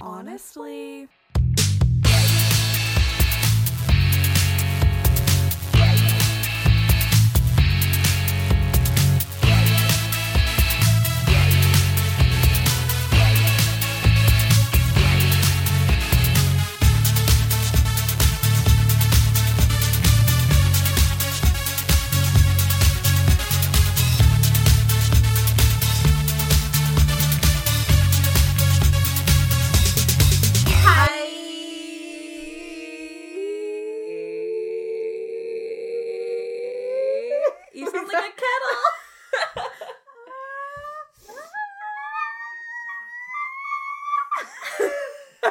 honestly. You sound like a kettle.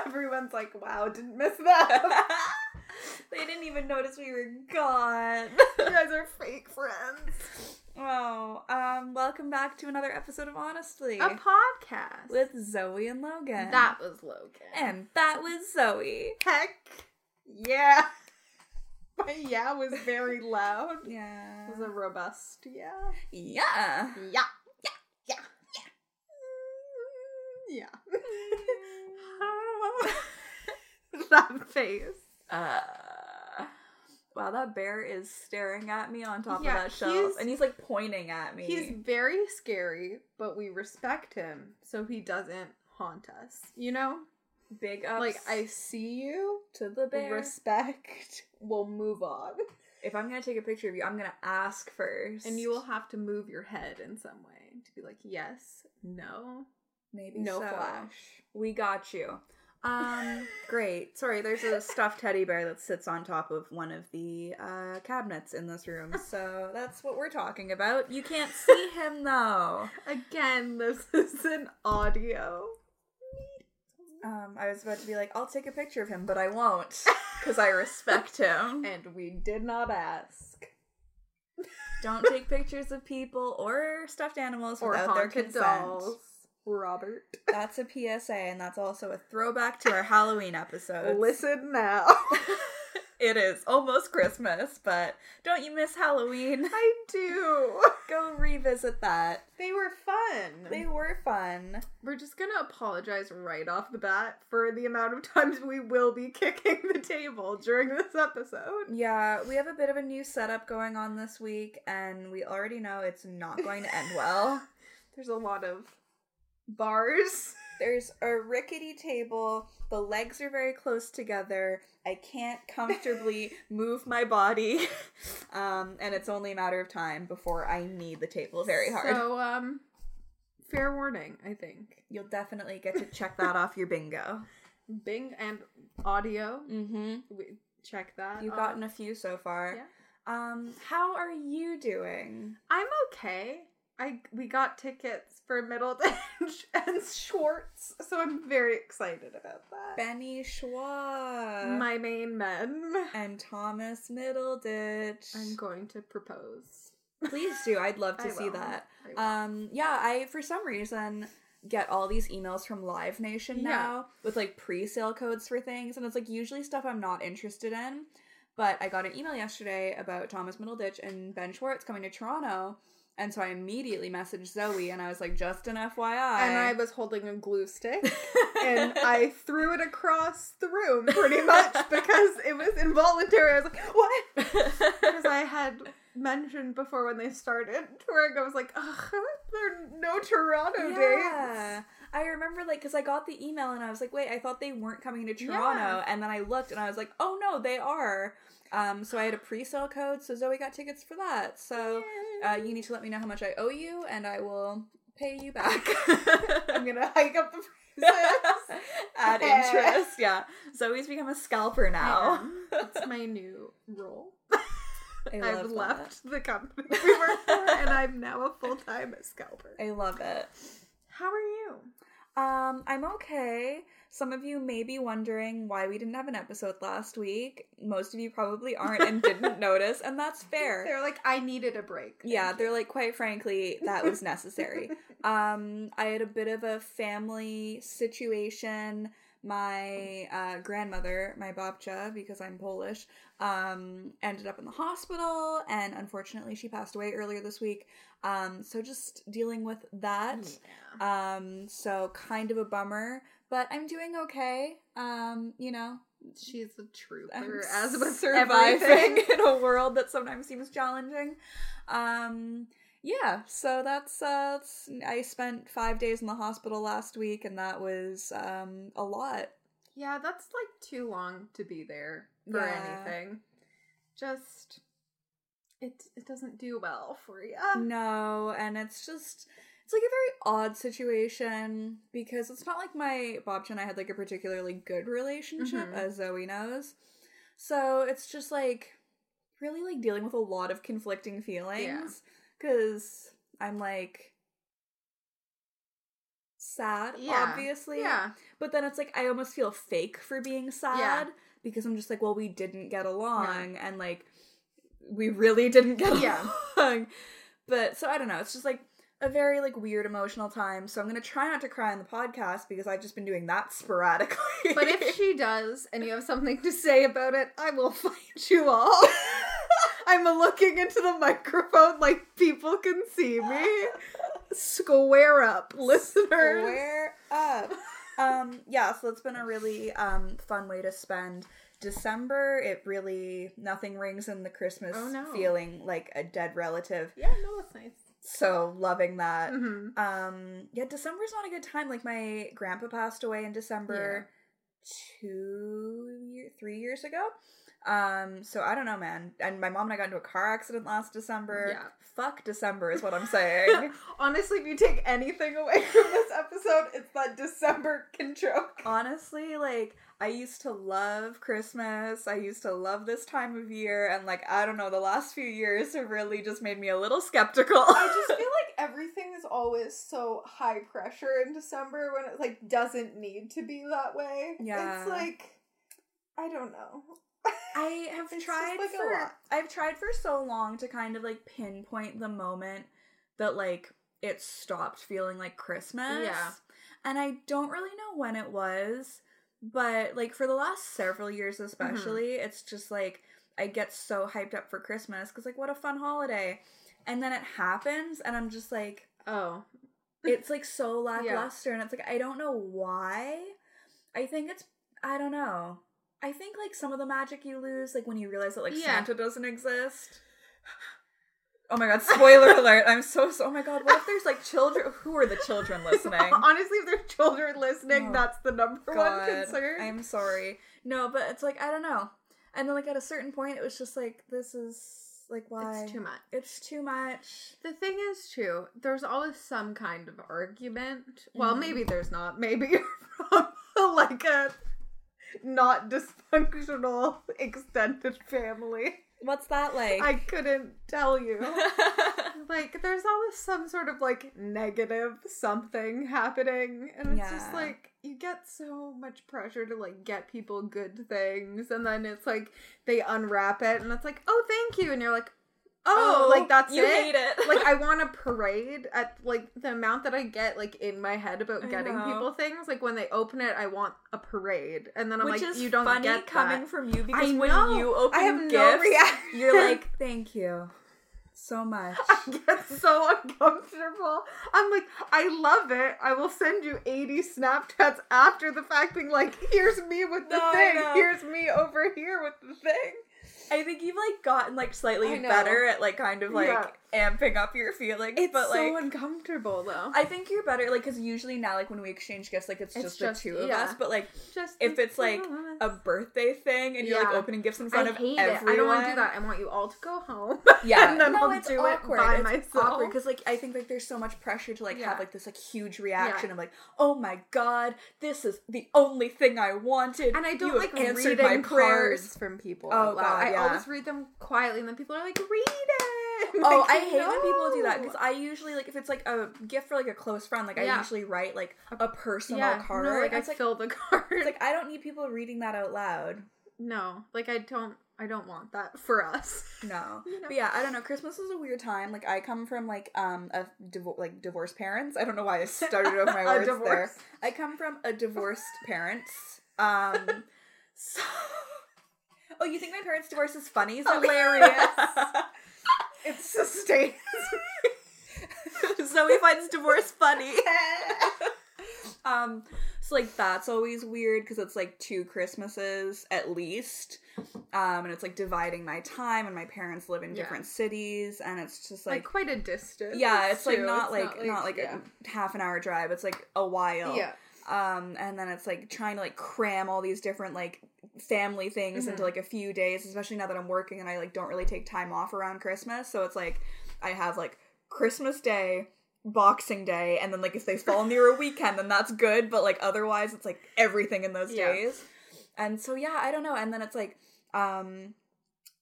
Everyone's like, wow, didn't miss that. they didn't even notice we were gone. you guys are fake friends. Oh, um, welcome back to another episode of Honestly A podcast. with Zoe and Logan. that was Logan. and that was Zoe. heck yeah. My yeah was very loud. Yeah. It was a robust yeah. Yeah. Yeah. Yeah. Yeah. Yeah. that face. Uh, wow, that bear is staring at me on top Yeah, of that shelf, he's- and he's like pointing at me. He's very scary, but we respect him, so he doesn't haunt us. You know? big ups Like I see you, to the bear. respect, we'll move on. if I'm gonna take a picture of you, I'm gonna ask first, And you will have to move your head in some way to be like, yes, no, maybe no so. flash. We got you. Um, great. Sorry, there's a stuffed teddy bear that sits on top of one of the uh, cabinets in this room, so that's what we're talking about. You can't see him though. Again, this is an audio. Um, I was about to be like, I'll take a picture of him, but I won't because I respect him. And we did not ask. Don't take pictures of people or stuffed animals Or without their haunted consent. dolls. Robert. That's a PSA, and that's also a throwback to our Halloween episode. Listen now. It is almost Christmas, but don't you miss Halloween? I do. Go revisit that. They were fun. They were fun. We're just gonna apologize right off the bat for the amount of times we will be kicking the table during this episode. Yeah, we have a bit of a new setup going on this week, and we already know it's not going to end well. There's a lot of bars. There's a rickety table. The legs are very close together. I can't comfortably move my body. Um, and it's only a matter of time before I need the table very hard. So, um, fair warning, I think. You'll definitely get to check that off your bingo. Bing and audio, Mm-hmm. we check that. You've off. gotten a few so far. Uh, Yeah. Um, how are you doing? I'm okay. I we got tickets for Middle Edge and Schwartz, so I'm very excited about that. Benny Schwa My main men. and Thomas Middleditch. I'm going to propose. Please do. I'd love to I see will. that. I will. Um, yeah, I for some reason get all these emails from Live Nation Yeah. now with like pre-sale codes for things, and it's like usually stuff I'm not interested in. But I got an email yesterday about Thomas Middleditch and Ben Schwartz coming to Toronto, and so I immediately messaged Zoe and I was like, "Just an FYI." and I was holding a glue stick and I threw it across the room pretty much because it was involuntary. I was like, what? Because I had mentioned before when they started touring, I was like, ugh, there are no Toronto yeah. I remember like because I got the email and I was like, wait, I thought they weren't coming to Toronto, Yeah. and then I looked and I was like, oh no, they are. Um, so I had a pre-sale code, so Zoe got tickets for that. So dates. uh, you need to let me know how much I owe you, and I will pay you back. I'm gonna hike up the prices. Add interest, yeah. Zoe's become a scalper now. That's my new role. I I've love left the company we work for and I'm now a full time scalper. that. I love it. How are you? Um, I'm okay. Some of you may be wondering why we didn't have an episode last week. Most of you probably aren't and didn't notice, and that's fair. They're like, I needed a break. Yeah, they're like, quite frankly, that was necessary. um, I had a bit of a family situation. My uh, grandmother, my babcia, because I'm Polish, um, ended up in the hospital, and unfortunately, she passed away earlier this week. Hmm. Um, so just dealing with that. Um, so kind of a bummer, but I'm doing okay. Um, you know, She's a trooper, I'm as with surviving everything. in a world that sometimes seems challenging. Um, yeah, so that's uh, that's- I spent five days in the hospital last week, and that was um a lot. Yeah, that's like too long to be there for Yeah. anything. Just it it doesn't do well for you. No, and it's just it's like a very odd situation because it's not like my Bobcha and I had like a particularly good relationship, Mhm. as Zoe knows. So it's just like really like dealing with a lot of conflicting feelings because I'm like sad, Yeah. obviously. Yeah. But then it's like I almost feel fake for being sad because I'm just like, well, we didn't get along, and like we really didn't get Yeah. along. But so I don't know. It's just like a very like weird emotional time. So I'm gonna try not to cry on the podcast because I've just been doing that sporadically. But if she does and you have something to say about it, I will fight you all. I'm looking into the microphone like people can see me. Square up, listeners. Square up. um yeah, so it's been a really um fun way to spend December. It really nothing rings in the Christmas Oh, no. feeling like a dead relative. Yeah, no, that's nice. So loving that. hmm Um, yeah, December's not a good time. Like my grandpa passed away in December two year, three years ago. Um, so I don't know, man. And my mom and I got into a car accident last December. Yeah. Fuck December is what I'm saying. Honestly, if you take anything away from this episode, it's that December control. Honestly, like I used to love Christmas. I used to love this time of year, and like I don't know, the last few years have really just made me a little skeptical. I just feel like everything is always so high pressure in December when it like doesn't need to be that way. Yeah. It's like I don't know. I have It's just, tried like, a for lot. I've tried for so long to kind of like pinpoint the moment that like it stopped feeling like Christmas. Yeah. And I don't really know when it was, but like for the last several Mm-hmm. years especially, it's just like I get so hyped up for Christmas cuz like what a fun holiday. And then it happens and I'm just like Oh. it's like so lackluster and it's like I don't know why. I think it's I don't know. I think like some of the magic you lose, like when you realize that like Yeah. Santa doesn't exist. Oh my god, spoiler alert. I'm so so oh my god, what if there's like children who are the children listening? Honestly, if there's children listening, Oh, that's the number one God, concern. I'm sorry. No, but it's like I don't know. And then like at a certain point it was just like this is like why It's too much. It's too much. The thing is, too, there's always some kind of argument. Well, Mhm. maybe there's not. Maybe you're from like a not dysfunctional extended family. What's that like? I couldn't tell you. like there's always some sort of like negative something happening and it's just Yeah. like you get so much pressure to like get people good things and then it's like they unwrap it and it's like oh thank you and you're like oh, like that's you it hate it. like I want a parade at like the amount that I get like in my head about I getting know. people things like when they open it I want a parade and then I'm Which like is you don't funny get coming that. from you because when know. you open I have gifts, no reaction you're like, "Thank you so much." I get so uncomfortable. I'm like, I love it. I will send you 80 Snapchats after the fact, being like, here's me with the No, I thing. know. Here's me over here with the thing. I think you've like gotten like slightly I know. better at like kind of like Yeah. amping up your feelings, but like. uncomfortable, though. I think you're better, like, because usually now, like, when we exchange gifts, like, it's, It's just, just- the two of yeah. us. But like, Just if it's like a birthday thing and you're like Yeah. opening gifts in front I of hate everyone, it. I don't want to do that. I want you all to go home. Yeah, and then no, I'll it's do awkward. it by it's myself. because like I think like there's so much pressure to like Yeah. have like this like huge reaction of like, oh my god, this is the only thing I wanted, And I don't You have like reading my prayers from people. Oh, out God, loud. yeah. I always read them quietly, and then people are like, "Read it." Oh, Like, I hate when people do that no. because I usually like if it's like a gift for like a close friend, like I Yeah. usually write like a personal yeah, card. No, like I it's like fill the card. it's like I don't need people reading that out loud. no, like I don't. I don't want that for us. No. You know. But yeah, I don't know. Christmas is a weird time. Like I come from like um a divor- like divorced parents. I don't know why I started over my A words there. divorce. I come from a divorced parents. Um so Oh, you think my parents' divorce is funny? It's hilarious. it's sustained. Zoe finds divorce funny. Um, So like that's always weird because it's like two Christmases at least, um, and it's like dividing my time. And my parents live in Yeah. different cities, and it's just like, like, quite a distance. yeah, it's like too. not It's like, not like yeah. a half an hour drive. It's like a while. yeah. Um, and then it's like trying to like cram all these different like family things into Mhm. like a few days, especially now that I'm working and I like don't really take time off around Christmas. So it's like I have like Christmas Day, Boxing Day, and then like if they fall near a weekend, then that's good. But like otherwise, it's like everything in those Yeah. days. And so yeah, I don't know. And then it's like, um,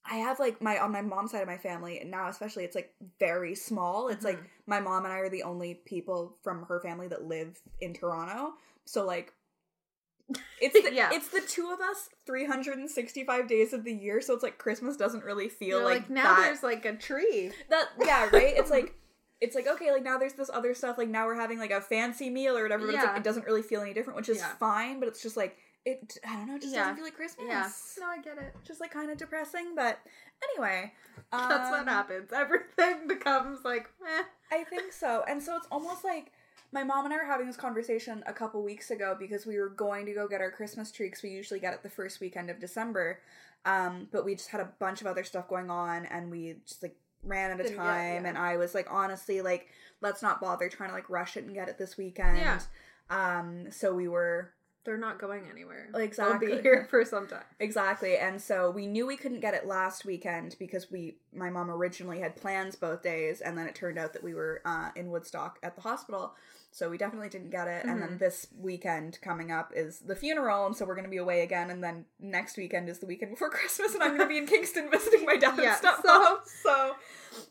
I have like my on my mom's side of my family now, especially it's like very small. It's like my mom and I are the only people from her family that live in Toronto. So like it's the, Yeah. it's the two of us 365 days of the year so it's like Christmas doesn't really feel You're like, like, now that there's like a tree. that yeah right it's like it's like okay like now there's this other stuff like now we're having like a fancy meal or whatever but it's like Yeah. it doesn't really feel any different which is Yeah. fine but it's just like it I don't know it just Yeah. doesn't feel like Christmas Yeah. No, I get it. just like kind of depressing but anyway That's um, what happens. Everything becomes like, eh. I think so. And so it's almost like my mom and I were having this conversation a couple weeks ago because we were going to go get our Christmas tree because we usually get it the first weekend of December. Um, but we just had a bunch of other stuff going on and we just like ran out of Didn't get- time. yeah. And I was like, honestly, like, let's not bother trying to like rush it and get it this weekend. Yeah. Um, so we were They're not going anywhere. exactly I'll be here for some time. Exactly. And so we knew we couldn't get it last weekend because we my mom originally had plans both days and then it turned out that we were uh, in Woodstock at the hospital. So we definitely didn't get it. And Mm-hmm. then this weekend coming up is the funeral and so we're going to be away again and then next weekend is the weekend before Christmas and I'm going to be in Kingston visiting my dad Yeah, and stuff. so- so I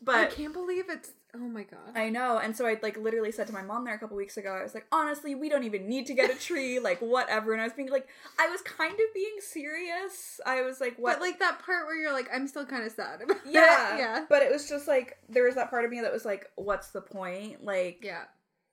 but can't believe it's. Oh my god. I know. And so I like literally said to my mom there a couple weeks ago, I was like, honestly, we don't even need to get a tree, like whatever. And I was being like, I was kind of being serious. I was like, what? But like that part where you're like, I'm still kind of sad. About that. yeah, yeah. But it was just like there was that part of me that was like, what's the point? Like, Yeah.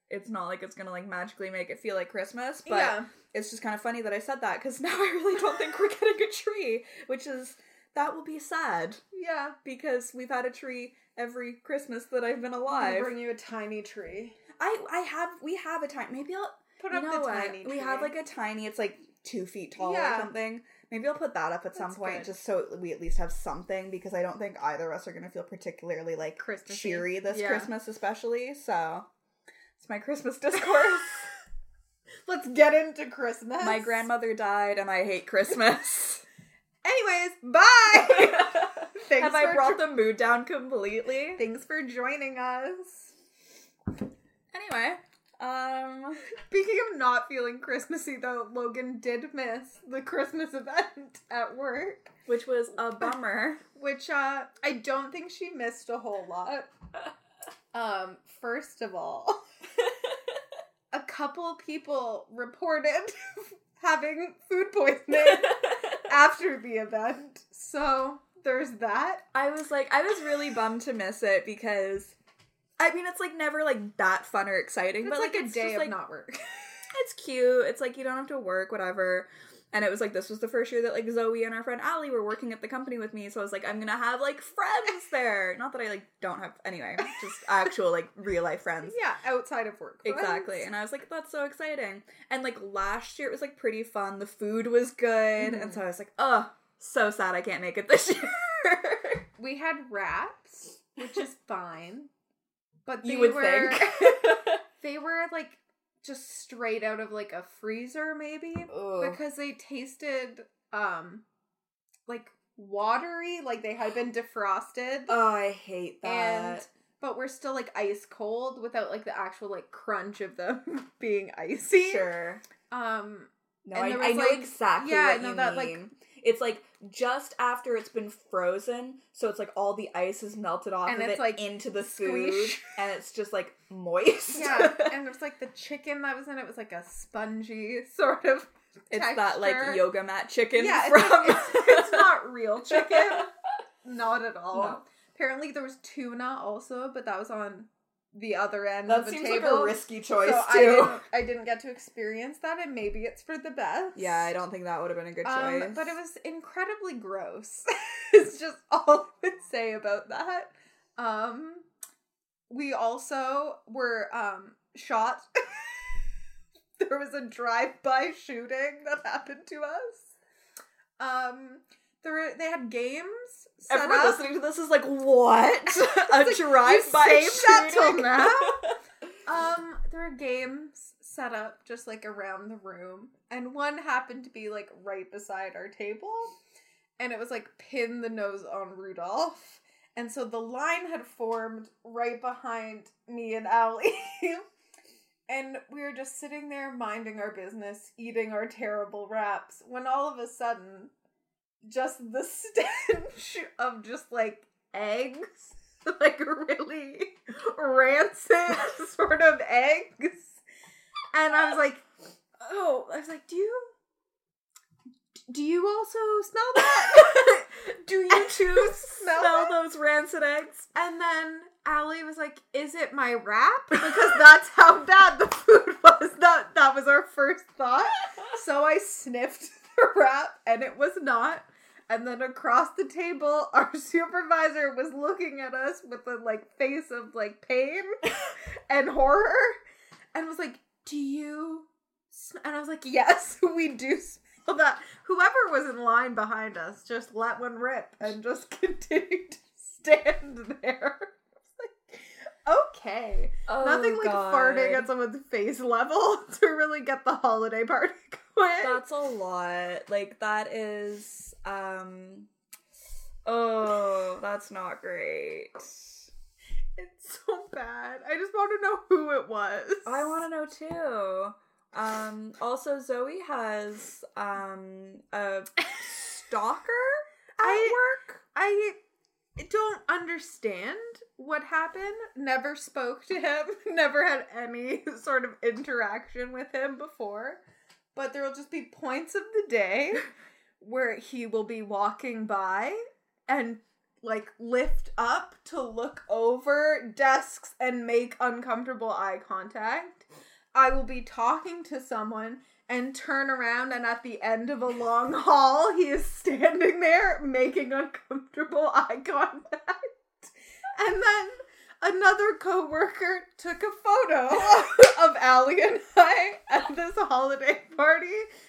it's not like it's gonna like magically make it feel like Christmas. But But yeah. it's just kind of funny that I said that because now I really don't think we're getting a tree, which is that will be sad Yeah. because we've had a tree every Christmas that I've been I'm alive. gonna bring you a tiny tree. I I have we have a time. Maybe I'll Put you up know the what? tiny tree. We have like a tiny. It's like two feet tall Yeah. or something. Maybe I'll put that up at some That's point good. just so we at least have something because I don't think either of us are gonna feel particularly like Christmas cheery this Yeah. Christmas, especially. So it's my Christmas discourse. Let's get into Christmas. my grandmother died, and I hate Christmas. Anyways, bye. Thanks Have for I brought jo- the mood down completely? Thanks for joining us. Anyway, um, Speaking of not feeling Christmassy, though, Logan did miss the Christmas event at work, which was a bummer. which uh, I don't think she missed a whole lot. Um, first of all, a couple people reported having food poisoning after the event, so there's that. I was like, I was really bummed to miss it because, I mean, it's like never like that fun or exciting, It's but like, like, a it's day just, of like, not work. it's cute. It's like you don't have to work, whatever. And it was like this was the first year that like Zoe and our friend Allie were working at the company with me, so I was like, I'm gonna have like friends there. Not that I like don't have anyway, just actual like real life friends. yeah, outside of work. friends. Exactly. And I was like, that's so exciting. And like last year it was like pretty fun. The food was good. And Mhm. so I was like, oh, so sad I can't make it this year. We had wraps, which is fine, but they you would were think. they were like just straight out of like a freezer, maybe Oh. because they tasted um like watery, like they had been defrosted, oh, I hate that. and but were still like ice cold without like the actual like crunch of them being icy. sure. Um, No, And I, there I was, know like- exactly yeah, I what know you that, like- mean. it's like just after it's been frozen, so it's like all the ice is melted off And of it's, it like, into the squeesh. food, and it's just like moist. yeah, and it was like the chicken that was in it was like a spongy sort of. it's that like texture. yoga mat chicken Yeah, it's, from. like- it's, it's not real chicken. Not at all. No. Apparently there was tuna also, but that was on the other end of that the seems table. like a risky choice so I too. didn't, I didn't get to experience that, and maybe it's for the best. yeah, I don't think that would have been a good choice. Um, but it was incredibly gross. it's just all I would say about that. Um, we also were um, shot there was a drive-by shooting that happened to us. Um, there were, they had games. Set Everyone up. listening to this is like, what? a like, drive by you saved that till shooting? now? Um, there were games set up just like around the room, and one happened to be like right beside our table, and it was like pin the nose on Rudolph. And so the line had formed right behind me and Allie. and we were just sitting there minding our business, eating our terrible wraps, when all of a sudden, just the stench of just like eggs like really rancid sort of eggs. And I was like, oh, I was like, do you do you also smell that? Do you too smell, Smell that? those rancid eggs? and then Allie was like, is it my wrap? Because that's how bad the food was. That that was our first thought. So I sniffed the wrap and it was not. And then across the table, our supervisor was looking at us with a like face of like pain and horror and was like, Do you sm-" and I was like, Yes, we do smell that. Whoever was in line behind us just let one rip and just continued to stand there. It's like, okay. Oh, Nothing like God. farting at someone's face level to really get the holiday party going. That's a lot. Like that is um oh, that's not great. It's so bad. I just want to know who it was. I want to know too. Um also Zoe has um a stalker at I- work. I don't understand what happened. Never spoke to him. Never had any sort of interaction with him before. But there will just be points of the day where he will be walking by and like lift up to look over desks and make uncomfortable eye contact. I will be talking to someone and turn around and at the end of a long haul he is standing there making uncomfortable eye contact and then another coworker took a photo of Allie and I at this holiday party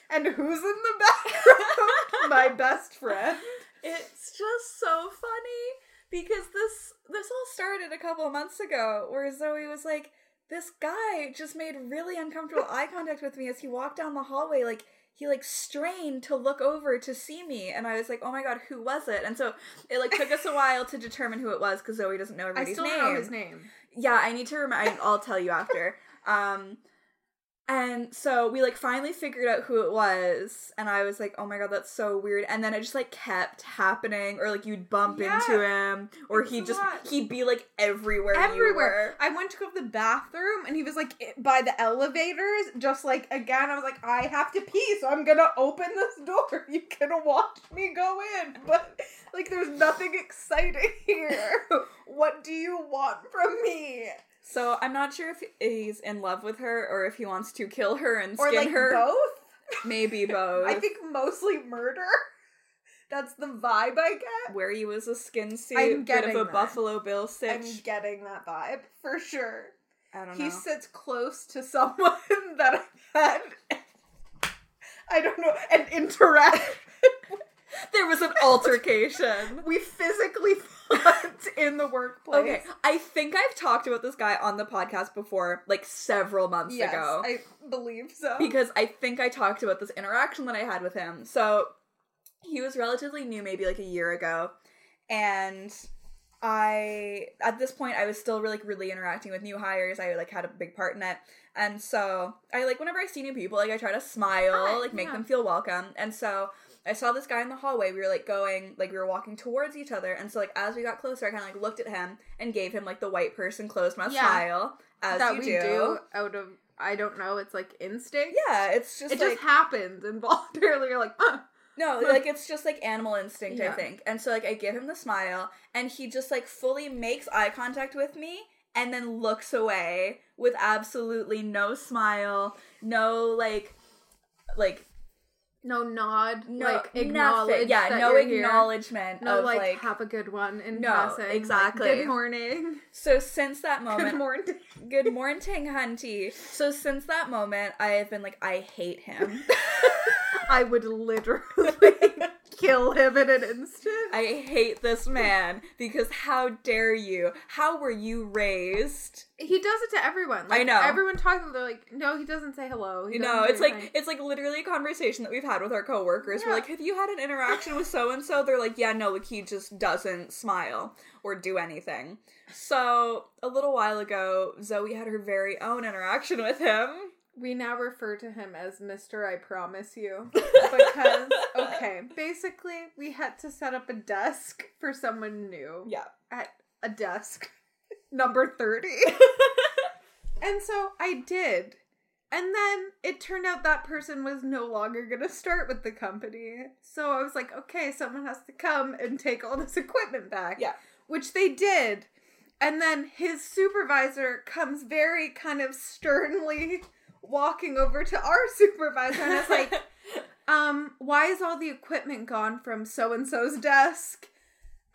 and who's in the background my best friend It's just so funny because this this all started a couple of months ago where Zoe was like, This guy just made really uncomfortable eye contact with me as he walked down the hallway, like he like strained to look over to see me and I was like, Oh my god, who was it? And so it like took us a while to determine who it was because Zoe doesn't know everybody's name. name Yeah, I need to remember. I'll tell you after. Um, and so we like finally figured out who it was, and I was like, "Oh my god, that's so weird." And then it just like kept happening, or like you'd bump Yeah. into him, or It's he a just lot. he'd be like everywhere. you everywhere were. I went to go to the bathroom and he was like i- by the elevators just like again I was like I have to pee so I'm going to open this door you can watch me go in but like there's nothing exciting here what do you want from me So I'm not sure if he's in love with her or if he wants to kill her and or skin like her. both Maybe both. I think mostly murder. That's the vibe I get. wear you as a skin suit, I'm bit of getting a that. Buffalo Bill I'm sitch. getting that vibe for sure. I don't know. He sits close to someone that I've had, I don't know, an interaction. there was an altercation. We physically fought in the workplace. Okay, I think I've talked about this guy on the podcast before, like several months Yes, ago. I believe so. because I think I talked about this interaction that I had with him. So he was relatively new, maybe like a year ago, and I at this point I was still really like really interacting with new hires. I like had a big part in it. And so I like whenever I see new people, like I try to smile, Hi, like make Ah, yeah. them feel welcome. And so I saw this guy in the hallway. We were like going, like we were walking towards each other. And so like as we got closer, I kind of like looked at him and gave him like the white person closed mouth Yeah. smile as that you we do. out of I don't know. It's like instinct. Yeah, it's just it like, just happens involuntarily. You're like, uh, No, like it's just like animal instinct, I Yeah. think. And so like I give him the smile and he just like fully makes eye contact with me and then looks away with absolutely no smile, no like like No nod, No, like nothing. acknowledge. Yeah, that no you're here. acknowledgement No, of like, like, have a good one in No, passing. like, exactly. good morning. so since that Good moment morning. Good morning, Hunty. So since that moment, I have been like, I hate him. I would literally kill him in an instant. I hate this man because how dare you? How were you raised? He does it to everyone. Like, know. Everyone talking, they're like, no, he doesn't say hello. He You doesn't know, do it's like anything." it's like literally a conversation that we've had with our coworkers. Yeah. We're like, have you had an interaction with so and so? They're like, yeah, no, like he just doesn't smile or do anything. So a little while ago, Zoe had her very own interaction with him. We now refer to him as Mr. I promise you. Because, okay, basically, we had to set up a desk for someone new. Yeah. A desk. Number 30. and so I did. And then it turned out that person was no longer going to start with the company. So I was like, okay, someone has to come and take all this equipment back. Yeah. Which they did. And then his supervisor comes very kind of sternly walking over to our supervisor and is like, um, why is all the equipment gone from so and so's desk?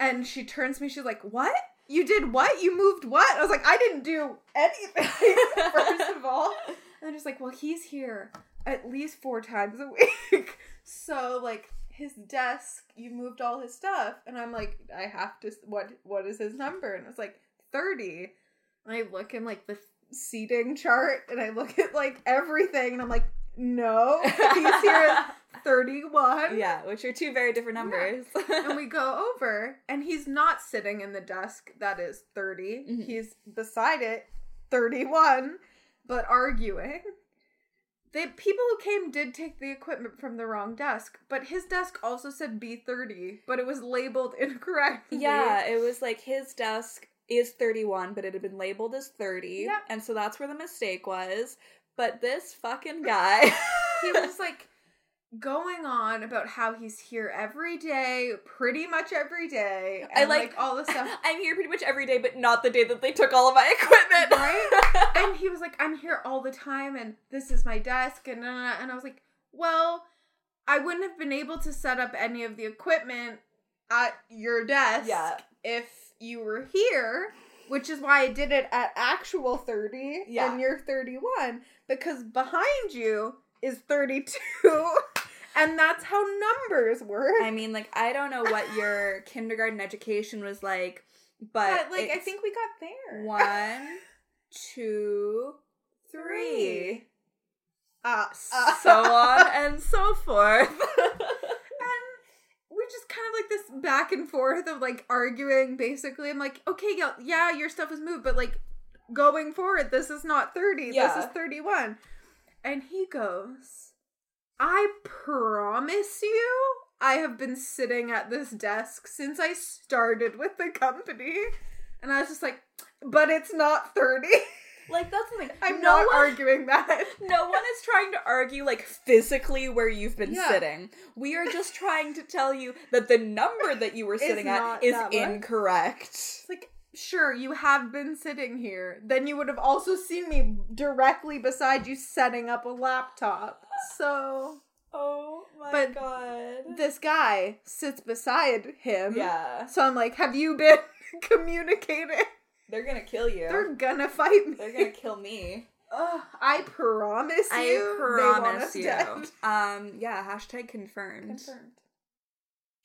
And she turns to me, she's like, What? You did what? You moved what? I was like, I didn't do anything, first of all. And they're just like, Well, he's here at least four times a week. so, like, his desk, you moved all his stuff. And I'm like, I have to, what? what is his number? And it's like, 30. And I look in, like, the seating chart and I look at, like, everything and I'm like, No, he's here at 31. yeah, Oh which are two very different numbers. and we go over, and he's not sitting in the desk that is 30. Mhm. He's beside it, 31, but arguing. The people who came did take the equipment from the wrong desk, but his desk also said B30, but it was labeled incorrectly. Yeah, it was like his desk is 31, but it had been labeled as 30. Yep. And so that's where the mistake was. But this fucking guy. he was like going on about how he's here every day, pretty much every day. I And like- all the stuff. I'm here pretty much every day, but not the day that they took all of my equipment. right? and he was like, "I'm here all the time, and this is my desk," and uh, and I was like, "Well, I wouldn't have been able to set up any of the equipment at your desk Yeah. if you were here." Which is why I did it at actual 30 Yeah. and you're 31 because behind you is 32 and that's how numbers work. I mean, like, I don't know what your kindergarten education was like, but. but like I uh, it's think we got there. One, two, three. Uh, uh. So on and so forth. and we're just kind of like this back and forth of like arguing basically i'm like okay yeah, yeah your stuff was moved but like going forward this is not 30 this Yeah. is 31 and he goes i promise you i have been sitting at this desk since i started with the company and i was just like but it's not 30 like, that's the thing. i'm No not one- arguing that No one is trying to argue like physically where you've been Yeah. sitting. We are just trying to tell you that the number that you were Is sitting not at is that one. incorrect. It's like, sure, you have been sitting here. Then you would have also seen me directly beside you setting up a laptop. So Oh my But god. this guy sits beside him. yeah. So I'm like, have you been communicating? They're gonna kill you. They're gonna fight me. They're gonna kill me. Ugh, I promise you. they I want promise us you. dead. Um yeah, hashtag confirmed. Confirmed.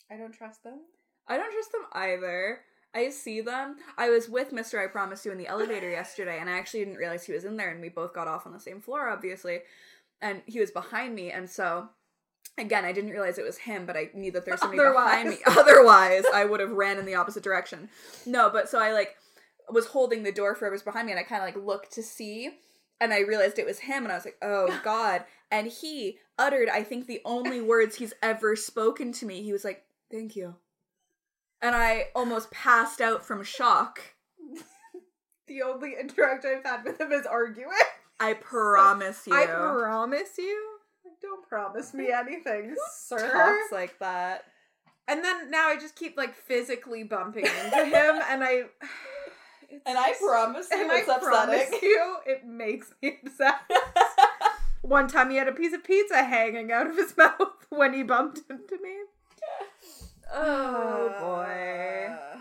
I don't trust them. I don't trust them either. I see them. I was with Mr. I Promise You in the elevator yesterday, and I actually didn't realize he was in there, and we both got off on the same floor, obviously. And he was behind me, and so again, I didn't realize it was him, but I knew that there's somebody behind me. Otherwise, I would have ran in the opposite direction. No, but so I like was holding the door for whoever's behind me, and I kind of like looked to see, and I realized it was him, and I was like, oh god. And he uttered, I think, the only words he's ever spoken to me. He was like, thank you and I almost passed out from shock. The only interaction I've had with them is arguing. I promise you. I promise you. Like, Don't promise me anything, sir. Talks like that. And then now I just keep like physically bumping into him, and I. it's just- promise and I promise you, it makes me upset. One time he had a piece of pizza hanging out of his mouth when he bumped into me. Oh boy. Uh,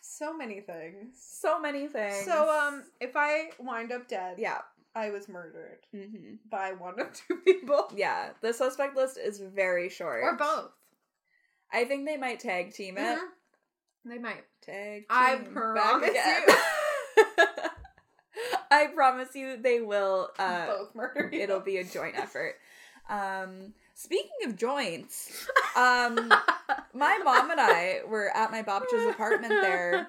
So many things. So many things. So um if I wind up dead, yeah. I was murdered hmm by one of two people. Yeah. The suspect list is very short. Or both. I think they might tag team it. Mhm. They might. Tag team. I back promise again. I promise you they will uh both murder you. it'll be a joint effort. Um, speaking of joints, um, my mom and I were at my Bobcha's apartment there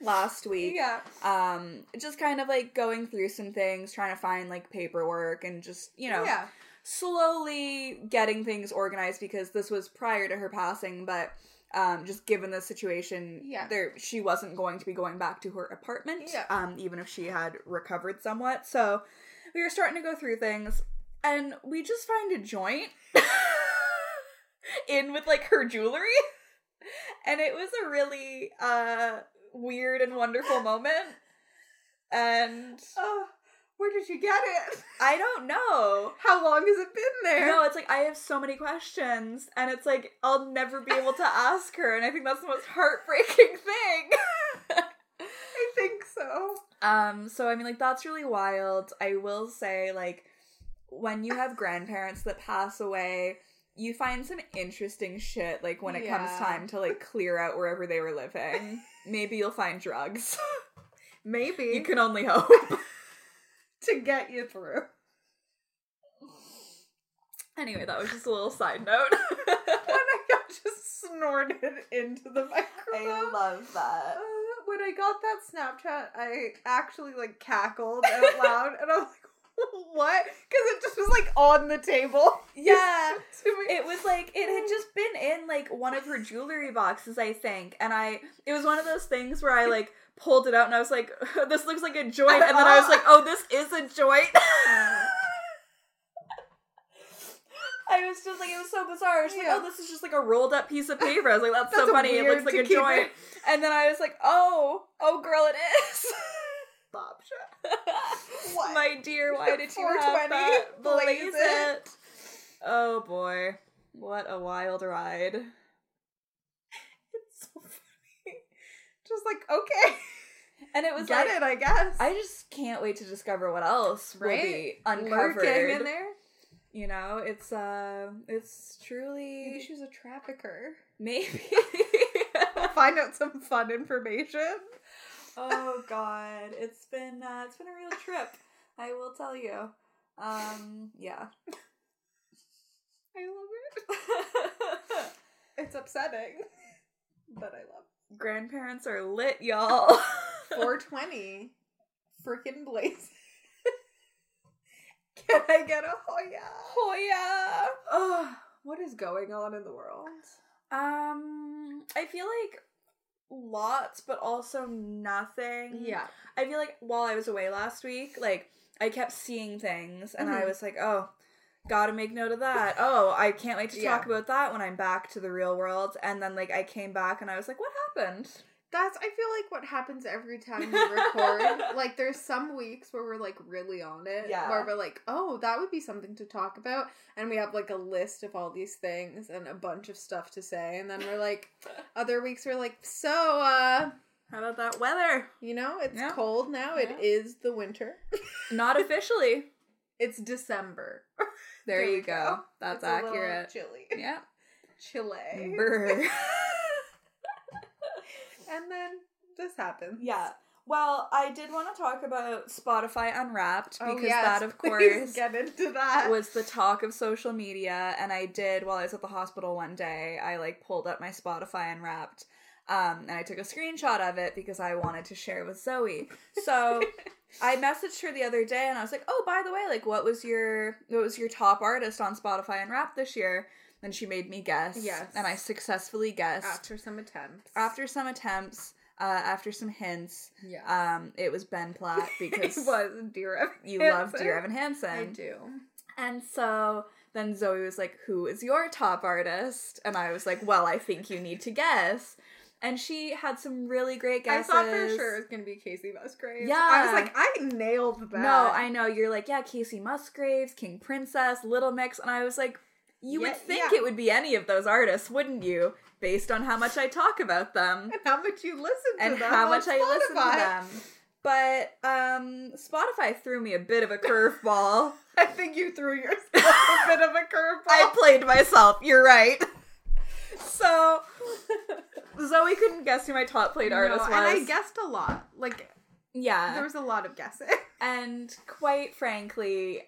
last week. Yeah. Um, just kind of like going through some things, trying to find like paperwork and just, you know, Yeah. slowly getting things organized because this was prior to her passing, but um, just given the situation, Yeah. there she wasn't going to be going back to her apartment, Yeah. um, even if she had recovered somewhat. So we were starting to go through things, and we just find a joint in with like her jewelry, and it was a really uh, weird and wonderful moment. And Oh, where did you get it? I don't know. How long has it been there? No, it's like I have so many questions, and it's like I'll never be able to ask her, and I think that's the most heartbreaking thing. I think so. Um, so I mean, like that's really wild. I will say, like, when you have grandparents that pass away, you find some interesting shit. Like when it comes Yeah. time to like clear out wherever they were living, maybe you'll find drugs. Maybe you can only hope. to get you through. anyway, that was just a little side note. when I got just snorted into the microphone. love that. Uh, when I got that Snapchat, I actually like cackled out loud, and I was like, "What?" Because it just was like on the table. Yeah. to me. It was like it had just been in like one of her jewelry boxes, I think. And I it was one of those things where I like pulled it out and I was like, this looks like a joint. And then I was like, oh, this is a joint. Uh, I was just like, it was so bizarre. I was like, Yeah. oh, this is just like a rolled up piece of paper. I was like, that's, That's so a funny. It weird looks like to a keep joint. it. And then I was like, oh, oh, girl, it is. Bob shot. What? My dear, why did you have 420? that? Blaze Blaze it. it. Oh boy, what a wild ride. It's so funny. Just like okay, And it was get like it, I guess. I just can't wait to discover what else will be Right? uncovered. Lurking in there. You know, it's uh it's truly Maybe she was a trafficker. maybe. Find out some fun information. oh god, it's been uh, it's been a real trip. I will tell you. Um yeah. I love it. It's upsetting, but I love. it. Grandparents are lit, y'all. 420, freaking blaze. Can I get a Hoya? Hoya. Oh, what is going on in the world? Um I feel like lots but also nothing. I feel like while I was away last week, like I kept seeing things and I Mhm. was like, oh, gotta make note of that. Oh, I can't wait to Yeah. talk about that when I'm back to the real world. And then like I came back and I was like, what happened? That's, I feel like, what happens every time we record. like, there's some weeks where we're like really on it. Yeah. Where we're like, oh, that would be something to talk about. And we have like a list of all these things and a bunch of stuff to say. And then we're like, other weeks we're like, so, uh, How about that weather? You know, it's Yeah. cold now. It Yeah. is the winter. Not officially. It's December. There, There you we go. go. That's It's a little accurate. Chilly. Yeah. Chile. Brr. And then this happens. yeah. Well, I did want to talk about Spotify Unwrapped Oh, because yes, that, of please course, Get into that. was the talk of social media and i did while i was at the hospital one day i like pulled up my spotify and wrapped um, and i took a screenshot of it because i wanted to share with zoe so i messaged her the other day and i was like oh by the way like what was your what was your top artist on spotify and rap this year and she made me guess Yes. and i successfully guessed after, After some attempts. some attempts uh, after some hints Yeah. um, it was ben platt it because was Dear Evan. you love Hansen. dear evan hansen I do. and so then Zoe was like, Who is your top artist? And I was like, Well, I think you need to guess. and she had some really great I guesses. thought for sure it was gonna be Casey Musgraves. Yeah. I was like, I nailed that. No, I know. You're like, yeah, Casey Musgraves, King Princess, Little Mix. And I was like, you Yeah, would think yeah. it would be any of those artists, wouldn't you? Based on how much I talk about them and how much you listen to and them how on much I listen Spotify. to them. But um, Spotify threw me a bit of a curveball. I think you threw yourself a bit of a I curveball. played myself. You're right. So Zoe couldn't guess who my top played No, artist Uh, was. and I guessed a lot. Like yeah, there was a lot of guessing. and quite frankly,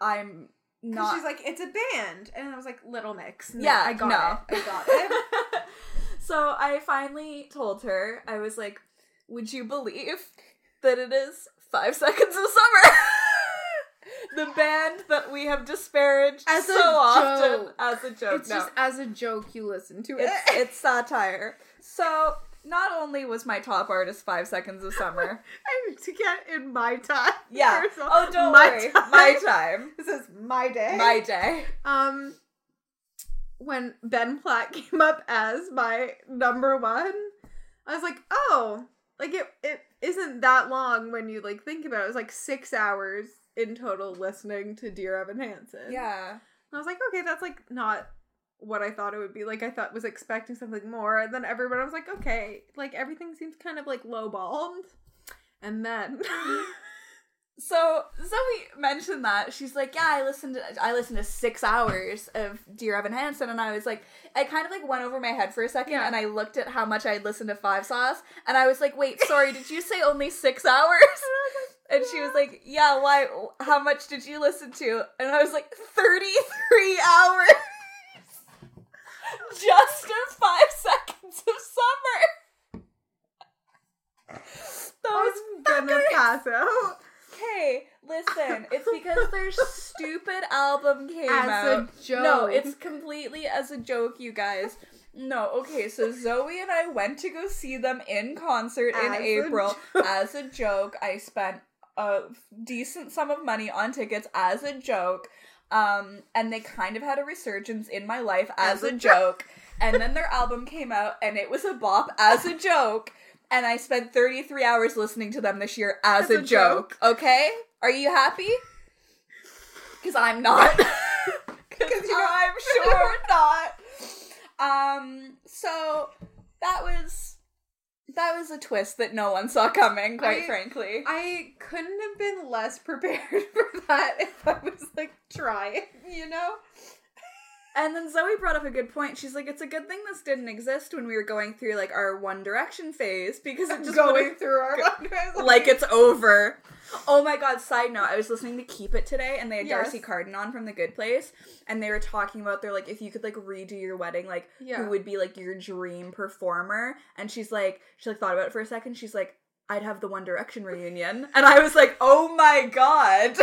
I'm Because not. she's like, it's a band, and I was like, Little Mix. No, Yeah, I got no. it. I got it. so I finally told her. I was like, "Would you believe that it is Five Seconds of Summer?" The band that we have disparaged As a so often joke. as a joke. it's no. just as a joke you listen to it. it's it's satire. So not only was my top artist Five Seconds of Summer, I need to get in my time. yeah. First of all, Oh, don't my worry, time. my time, This is my day. my day. um, when Ben Platt came up as my number one, I was like, oh, like it it isn't that long when you like think about it. It was like six hours in total listening to Dear Evan Hansen. Yeah, And I was like, okay, that's like not what I thought it would be. Like I thought was expecting something more. And then everyone I was like, okay, like everything seems kind of like lowballed. And then So Zoe mentioned that she's like, yeah, I listened. To, I listened to six hours of Dear Evan Hansen, and I was like, I kind of like went over my head for a second, Yeah. and I looked at how much I had listened to Five Sauce, and I was like, wait, sorry, did you say only six hours? And she was like, yeah, why? How much did you listen to? And I was like, thirty three hours. Just in five seconds of summer. That I was was "Oh, gonna pass out. Okay, listen, it's because their stupid album came As out. a joke. No, it's completely as a joke, you guys. No, okay, so Zoe and I went to go see them in concert in As a April joke. as a joke. I spent a decent sum of money on tickets as a joke. Um, and they kind of had a resurgence in my life as, a joke. and then their album came out and it was a bop as a joke. And I spent 33 hours listening to them this year as, a, joke. Okay? Are you happy? Because I'm not. Because you know, I'm sure not. Um, so that was that was a twist that no one saw coming, quite I- frankly. I couldn't have been less prepared for that if I was like trying, you know? And then Zoe brought up a good point. She's like, it's a good thing this didn't exist when we were going through like our One Direction phase because it just going would've- through our lives. like it's over. Oh my god, side note, I was listening to Keep It today and they had Yes. Darcy Carden on from The Good Place and they were talking about their like if you could like redo your wedding, like Yeah. who would be like your dream performer? And she's like she like thought about it for a second, she's like, I'd have the One Direction reunion. And I was like, Oh my god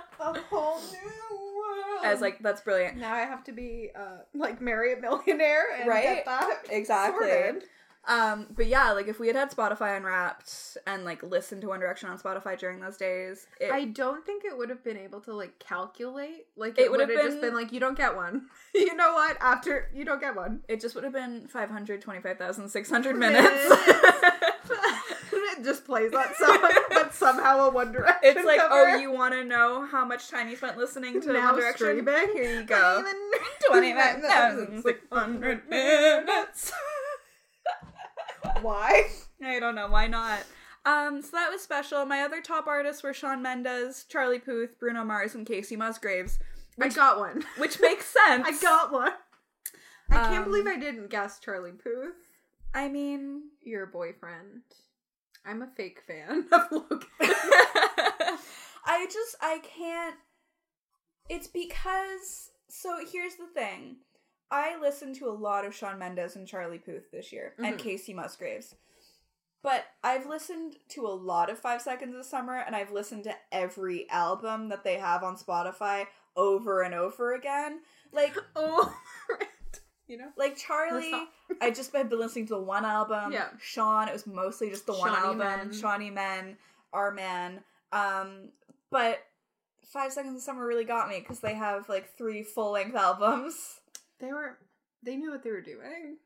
a whole new world. I was like, that's brilliant. now I have to be uh like marry a millionaire and Right? get that Exactly. sorted. Um, but yeah, like if we had had Spotify Unwrapped and like listened to One Direction on Spotify during those days, it, I don't think it would have been able to like calculate. Like It it, would would have have just been- been like, you don't get one. you know what? After you don't get one. it just would have been 525,600 minutes. it just plays that song, but somehow a One Direction. it's like, cover. oh, you want to know how much time you spent listening to now One Direction? streaming. Here you go. 29,600 minutes. Why? I don't know, why not? Um, so that was special. My other top artists were Sean Mendes, Charlie Puth, Bruno Mars, and Casey Musgraves, I got one. which makes sense. I got one. I Um, can't believe I didn't guess Charlie Puth, I mean, your boyfriend. I'm a fake fan of Logan. I just I can't it's because so here's the thing. I listened to a lot of Sean Mendes and Charlie Puth this year and Mhm. Casey Musgraves. But I've listened to a lot of 5 Seconds of Summer and I've listened to every album that they have on Spotify over and over again. Like Oh, right. You know? like Charlie, song. I just had been listening to the one album. Yeah. Sean, it was mostly just the one Shawnee album. Men. Shawnee Men, Our Man. Um, but Five Seconds of Summer really got me because they have like three full length albums. They were. They knew what they were doing.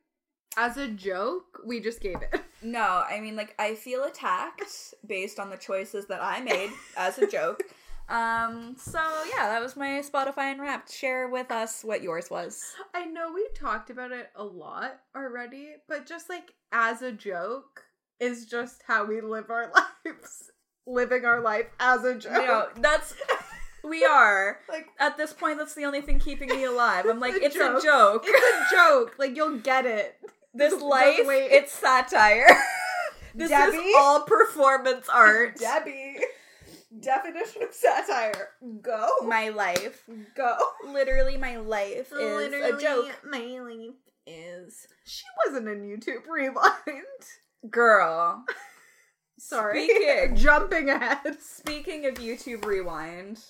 As a joke, we just gave it. No, I mean like I feel attacked based on the choices that I made as a joke. Um so yeah, that was my Spotify unwrapped. Share with us what yours was. I know we talked about it a lot already, but just like as a joke is just how we live our lives. Living our life as a joke. You know, that's we are Like at this point. That's the only thing keeping me alive. I'm like, It's a it's a joke. joke. it's a joke. Like you'll get it. This Don't life, wait. it's satire. this Debbie? is all performance art. Debbie. Definition of satire. Go. My life. go. Literally my life is a joke. My life. Is She wasn't in YouTube Rewind. girl. Sorry. Speaking- Jumping ahead. Speaking of YouTube Rewind,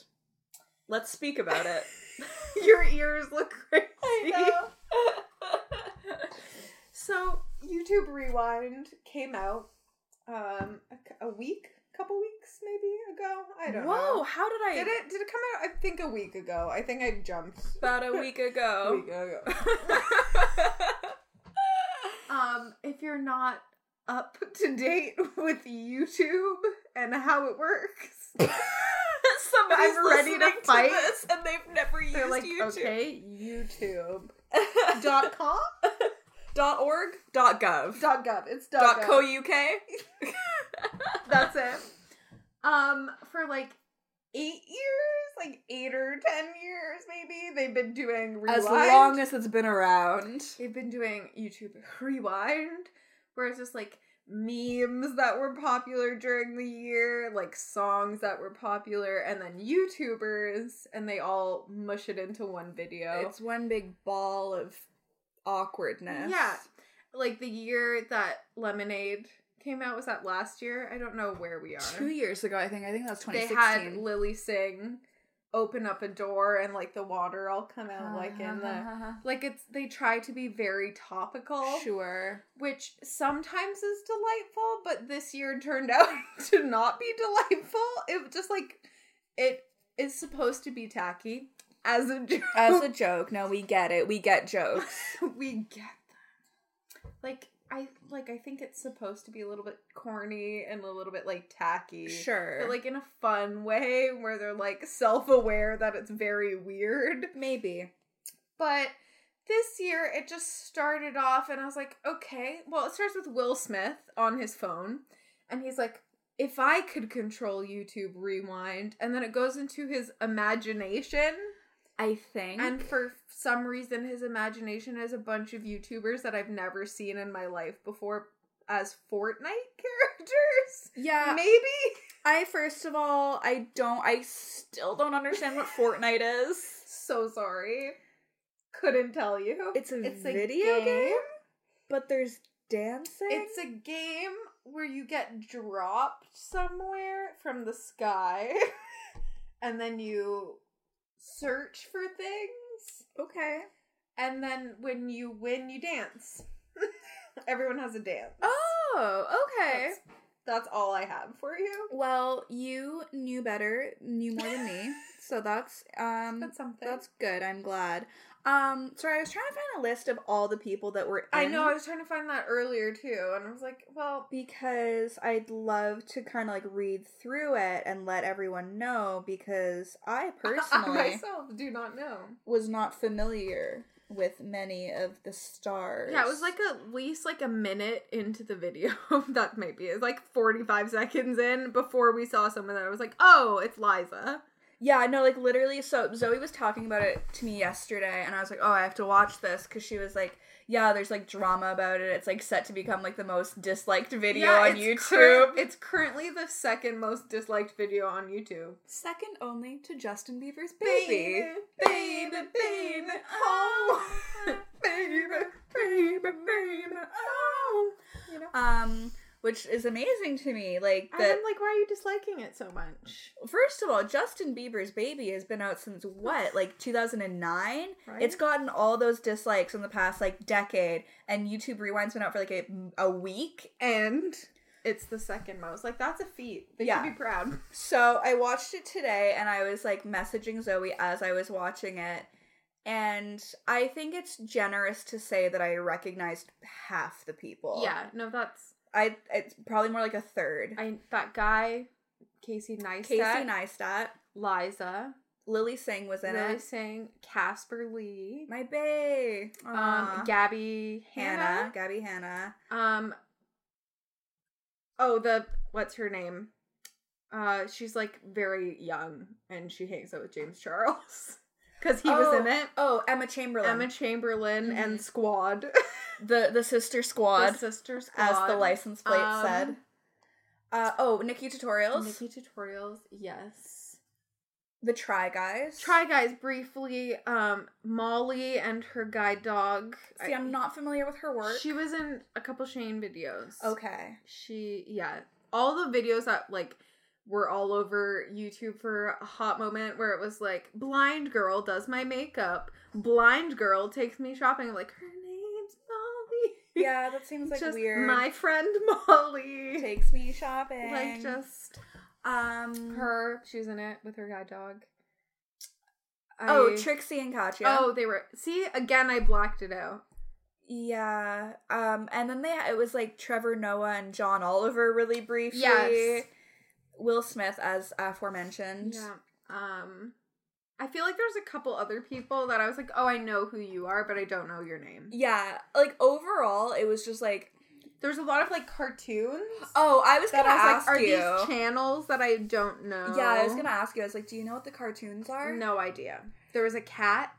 let's speak about it. Your ears look crazy. So YouTube Rewind came out um a, c- a week, couple weeks maybe ago. I don't Whoa! know. How did I? Did it did it come out? I think a week ago. I think I jumped About a week a ago. week ago. Um, if you're not up to date with YouTube and how it works, Somebody's I'm ready to listening to fight. this and they've never used they're like, YouTube. okay, YouTube dot com dot org dot gov dot gov. It's dot, dot gov. co uk. That's it. Um, for like eight years, like eight or ten years, maybe they've been doing rewind. As long as it's been around. they've been doing YouTube rewind, where it's just like memes that were popular during the year, like songs that were popular, and then YouTubers, and they all mush it into one video. It's one big ball of awkwardness. Yeah. Like the year that Lemonade came out was that last year? I don't know where we are. Two years ago, I think. I think that was they 2016. had Lily Singh open up a door and like the water all come out like in the like it's they try to be very topical, sure. which sometimes is delightful, but this year turned out to not be delightful. It just like it is supposed to be tacky as a joke. As a joke, no, we get it. We get jokes. we get them. Like I like I think it's supposed to be a little bit corny and a little bit like tacky. Sure. But like in a fun way where they're like self-aware that it's very weird. maybe. But this year it just started off and I was like, okay, well it starts with Will Smith on his phone and he's like if I could control YouTube Rewind, and then it goes into his imagination. I think. And for some reason, his imagination is a bunch of YouTubers that I've never seen in my life before as Fortnite characters. yeah. Maybe I first of all, I don't I still don't understand what Fortnite is. so sorry, couldn't tell you. It's a video game? But there's dancing. It's a game where you get dropped somewhere from the sky, and then you search for things, okay. and then when you win, you dance. Everyone has a dance. Oh, okay. That's, that's all I have for you. well, you knew better, knew more than me. So that's um That's something. that's good. I'm glad. Um sorry, I was trying to find a list of all the people that were in I know. I was trying to find that earlier too, and I was like, well, because I'd love to kind of like read through it and let everyone know because I I personally myself do not know. was not familiar with many of the stars. Yeah, it was like at least like a minute into the video. that maybe is like forty five seconds in before we saw someone that I was like, oh, it's Liza. yeah, no, like literally. So Zoe was talking about it to me yesterday, and I was like, oh, I have to watch this because she was like, yeah, there's like drama about it. It's like set to become like the most disliked video yeah, on it's YouTube. cur- it's currently the second most disliked video on YouTube. Second only to Justin Bieber's baby, baby, oh, baby, baby, baby, oh. You know. Um, which is amazing to me. Like And that. I'm like, why are you disliking it so much? First of all, Justin Bieber's Baby has been out since what, like 2009? Right? It's gotten all those dislikes in the past like decade, and YouTube Rewind's been out for like a, a week. and it's the second most. Like that's a feat. They Yeah. should be proud. So I watched it today, and I was like messaging Zoe as I was watching it, And I think it's generous to say that I recognized half the people. Yeah, no, that's I it's probably more like a third. I that guy, Casey Neistat, Casey Neistat, Liza, Lily Singh was in really it. saying Casper Lee, My bae. Aw. um, Gabby Hannah, Gabby Hannah. Um. Oh, the what's her name? Uh, she's like very young, and she hangs out with James Charles because he was in it. Oh, Emma Chamberlain. Emma Chamberlain and Squad, the the sister squad, the sister Squad, as the license plate Um, said. Uh, oh, Nikki Tutorials, Nikki tutorials, yes. the Try Guys. Try guys briefly. Um, Molly and her guide dog. See, I'm not familiar with her work. She was in a couple Shane videos. okay. She yeah. All the videos that like were all over YouTube for a hot moment where it was like blind girl does my makeup, blind girl takes me shopping like her name's Molly. Yeah, that seems like just weird. my friend Molly. takes me shopping. Like just um her, she was in it with her guide dog. Oh, I- Trixie and Katya. Oh, they were See, again I blacked it out. yeah. Um, and then they it was like Trevor Noah and John Oliver really briefly. Yes. Will Smith as aforementioned. Yeah. Um I feel like there's a couple other people that I was like, "Oh, I know who you are, but I don't know your name." Yeah, like overall, it was just like, There's a lot of like cartoons oh, I was that gonna I was ask like, are you. these channels that I don't know? yeah, I was gonna ask you. I was like, do you know what the cartoons are? No idea. There was a cat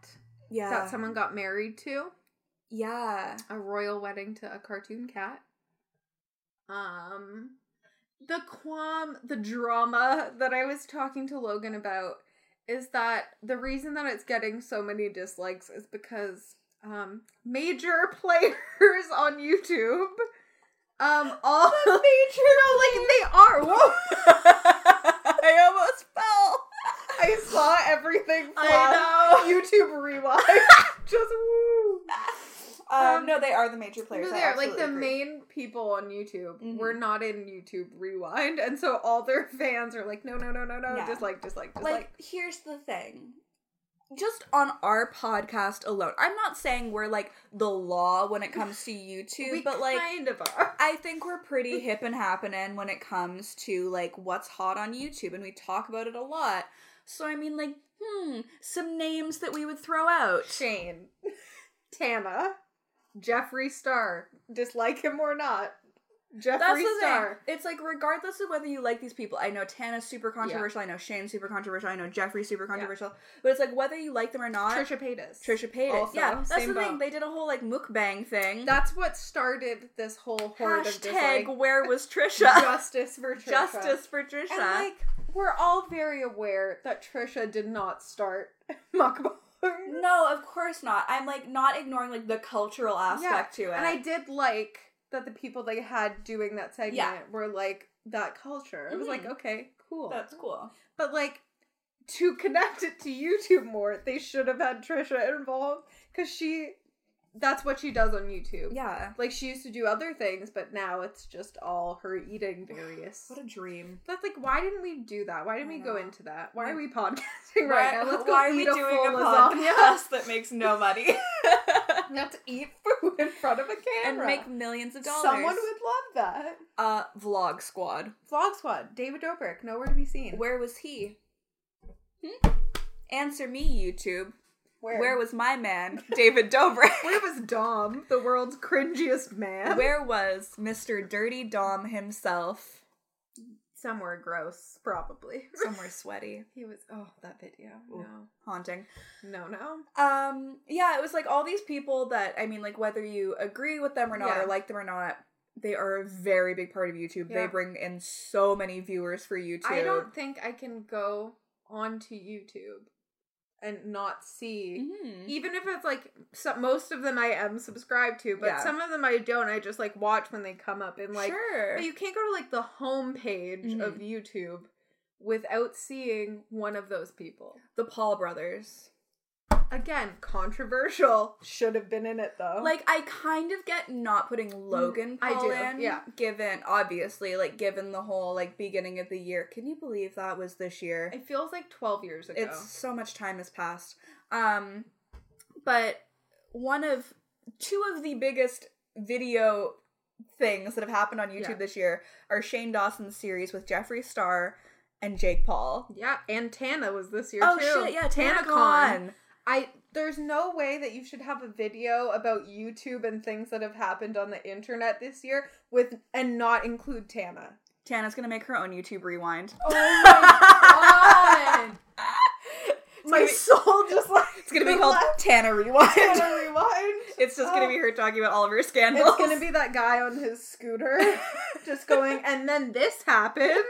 Yeah. that someone got married to. yeah. A royal wedding to a cartoon cat. Um, the qualm, the drama that I was talking to Logan about is that the reason that it's getting so many dislikes is because um major players on YouTube. Um, all major, no, like they are. Whoa. I almost fell. I saw everything. I flash. YouTube rewind. Just woo. Um, Um, no, they are the major players. No, I they are like absolutely the agree. main people on YouTube Mhm. were not in YouTube Rewind, and so all their fans are like, no, no, no, no, no, Yeah. dislike, dislike, dislike. Like, here's the thing. Just on our podcast alone, I'm not saying we're like the law when it comes to YouTube, we but like kind of are. I think we're pretty hip and happening when it comes to like what's hot on YouTube, and we talk about it a lot. So I mean, like, hmm, some names that we would throw out. Shane, Tana, Jeffree Star, dislike him or not, That's Jeffree the Star. thing. It's like regardless of whether you like these people, I know Tana's super controversial. I know Shane's super controversial. I know Jeffrey's super controversial. But it's like whether you like them or not. Trisha Paytas. Trisha Paytas. Also, yeah, that's the same thing. boat. They did a whole like mukbang thing. That's what started this whole horde of Hashtag dislike. where was Trisha? Justice for Trisha. Justice for Trisha. And like, we're all very aware that Trisha did not start mukbang. no, of course not. I'm like not ignoring like the cultural aspect to it. And I did like that the people they had doing that segment Yeah. were like that culture. I was like, Mhm. okay, cool. that's cool. but like to connect it to YouTube more, they should have had Trisha involved because she that's what she does on YouTube. Yeah. Like she used to do other things, but now it's just all her eating various. What a dream. That's like, why didn't we do that? Why didn't I we go know. into that? Why are we podcasting Why- right now? Let's go why are eat we a doing full a lasagna. podcast that makes no money Let's eat food in front of a and camera. make millions of dollars? Someone would love that. uh vlog squad. Vlog Squad, David Dobrik, nowhere to be seen. Where was he? Hmm? Answer me, YouTube. Where? Where? was my man, David Dobrik? Where was Dom, the world's cringiest man? Where was Mr. Dirty Dom himself? Somewhere gross, probably. Somewhere sweaty, He was. Oh, that video. Ooh. haunting. No, no, no. Um, yeah, it was like all these people that I mean, like whether you agree with them or not, Yeah. or like them or not, they are a very big part of YouTube. Yeah. They bring in so many viewers for YouTube. I don't think I can go onto YouTube and not see. Mhm. Even if it's like so, most of them I am subscribed to, but Yeah. some of them I don't. I just like watch when they come up and like sure. But you can't go to like the home page of Mm-hmm. YouTube without seeing one of those people. the Paul brothers. Again, controversial. Should have been in it though. Like I kind of get not putting Logan Oh. Mm, I Paul do, in, yeah. given obviously, like given the whole like beginning of the year. Can you believe that was this year? it feels like 12 years ago. It's so much time has passed. Um but one of two of the biggest video things that have happened on YouTube Yeah. this year are Shane Dawson's series with Jeffree Star and Jake Paul. Yeah, and Tana was this year Oh too. shit, yeah, TanaCon. I there's no way that you should have a video about YouTube and things that have happened on the internet this year with and not include Tana. Tana's gonna make her own YouTube rewind. Oh my god! my gonna be- soul just like It's gonna be called Tana Rewind. Tana Rewind. it's just gonna be her talking about all of her scandals. It's gonna be that guy on his scooter just going, and then this happened.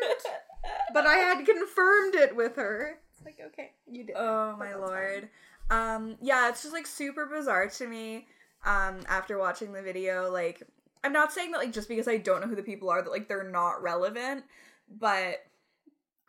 But I had confirmed it with her. It's like, okay, you did. it, Oh but my that's lord. Um yeah, it's just like super bizarre to me um after watching the video like I'm not saying that like just because I don't know who the people are that like they're not relevant, but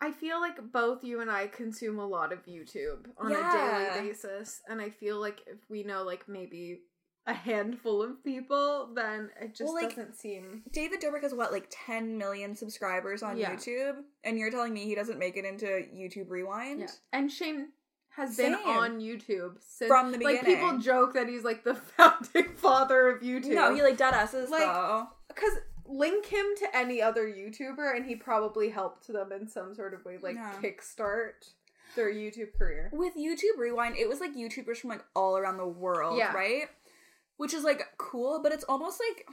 I feel like both you and I consume a lot of YouTube on a Yeah. daily basis, and I feel like if we know like maybe a handful of people, then it just Well, like- doesn't seem. David Dobrik has what like 10 million subscribers on Yeah. YouTube and you're telling me he doesn't make it into YouTube Rewind? Yeah. And Shane has been Same. on YouTube since From the Like people beginning. joke that he's like the founding father of YouTube. No, he like dead asses Like- though. because link him to any other YouTuber, and he probably helped them in some sort of way, like Yeah. kickstart their YouTube career. With YouTube Rewind, it was like YouTubers from like all around the world, Yeah. right? Which is like cool, but it's almost like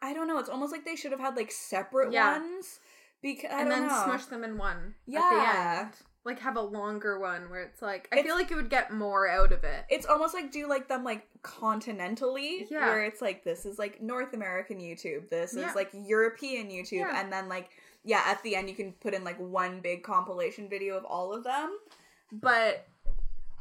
I don't know, it's almost like they should have had like separate Yeah. ones because I and don't then know. smush them in one. At the Yeah. end. Like have a longer one where it's like I It's- feel like you would get more out of it. it's almost like do like them like continentally Yeah. where it's like this is like north american youtube this Yeah. is like european youtube Yeah. and then like yeah at the end you can put in like one big compilation video of all of them but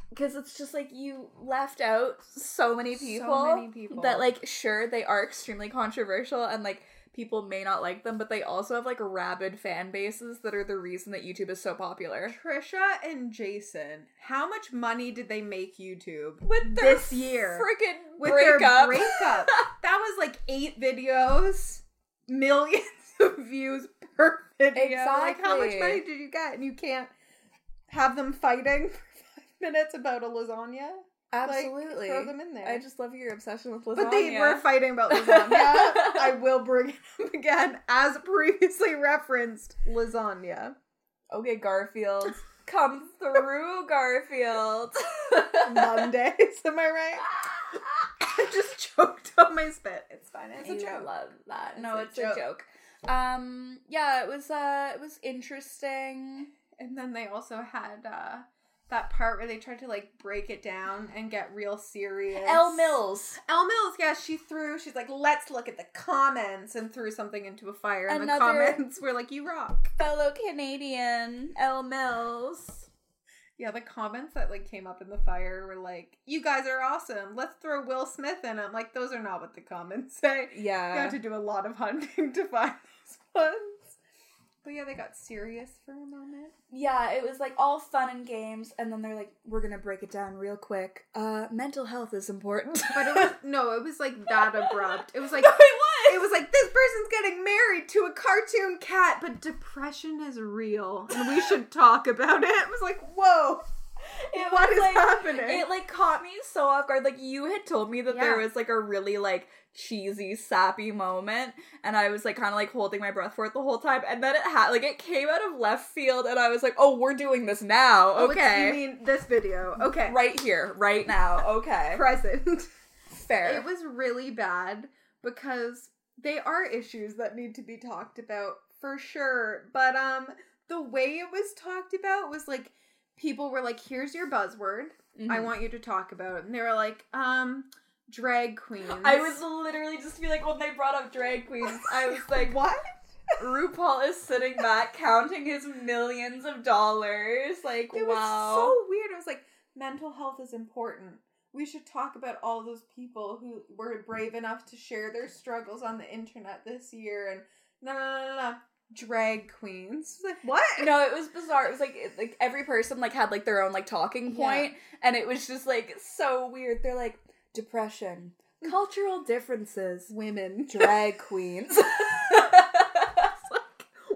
because it's just like you left out so many So people many people. that like sure they are extremely controversial and like people may not like them but they also have like rabid fan bases that are the reason that youtube is so popular Trisha and Jason, how much money did they make YouTube with their This year. freaking with their breakup breakup? that was like eight videos, millions of views per video. Like how much Exactly. money did you get? And you can't have them fighting for five minutes about a lasagna. Like, Absolutely. throw them in there. I just love your obsession with lasagna. But they were fighting about lasagna. I will bring it up again, as previously referenced, lasagna. okay, Garfield. Come through, Garfield. Mondays, am I right? I just choked on my spit. It's fine. It's I a joke. love that. It's No, a it's a joke. Um, yeah, it was uh it was interesting. And then they also had uh, that part where they tried to like break it down and get real serious. L Mills. Elle Mills, yeah, she threw, she's like, let's look at the comments and threw something into a fire. And Another- the comments were like, you rock. Fellow Canadian L Mills. Yeah, the comments that like came up in the fire were like, "You guys are awesome. Let's throw Will Smith in." I'm like, those are not what the comments say. You have Yeah. to do a lot of hunting to find those ones. But yeah, they got serious for a moment. Yeah, it was like all fun and games, and then they're like, we're gonna break it down real quick. Uh mental health is important. But it was no, it was like that abrupt. It was like No, it it was like this person's getting married to a cartoon cat, but depression is real, and we should talk about it. It was like, whoa, It what was is like- happening? It like caught me so off guard. Like you had told me that there Yeah. was like a really like cheesy, sappy moment, and I was like kind of like holding my breath for it the whole time. And then it had like it came out of left field, and I was like, "Oh, we're doing this now, Oh, it's- you okay? mean this video? Okay, right here, right now, okay? present. Fair." It was really bad because they are issues that need to be talked about for sure. But um the way it was talked about was like people were like, here's your buzzword. I Mhm. want you to talk about it. And they were like, um, drag queens. I was literally just feeling when they brought up drag queens, I was like, what? RuPaul is sitting back counting his millions of dollars. Like, It wow. was so weird. It was like mental health is important. We should talk about all those people who were brave enough to share their struggles on the internet this year and no no no no, no. drag queens. It's like what? No, it was bizarre. It was like it, like every person like had like their own like talking point, and it was just like so weird. They're like depression, cultural differences, Women. drag queens.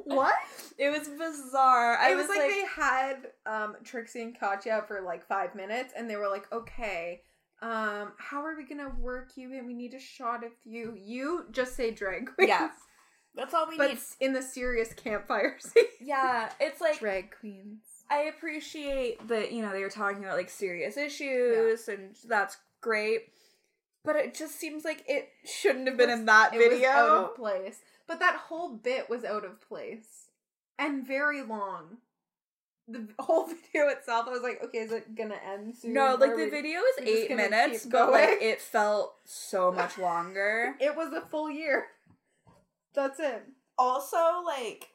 What? it was bizarre. I it was, like, they had um Trixie and Katya for like five minutes and they were like, okay, um, how are we gonna work you in? We need a shot of you. You just say drag queens. Yeah. That's all we But need. in the serious campfire scene. Yeah, it's like Drag queens. I appreciate that you know they were talking about like serious issues, and that's great. But it just seems like it shouldn't have been in that It was video. out of place. But that whole bit was out of place. And very long. The whole video itself, I was like, okay, is it gonna end soon? no, like Are the we- video is we're just eight gonna keep minutes, but like going? it felt so much longer. It was a full year. That's it. also, like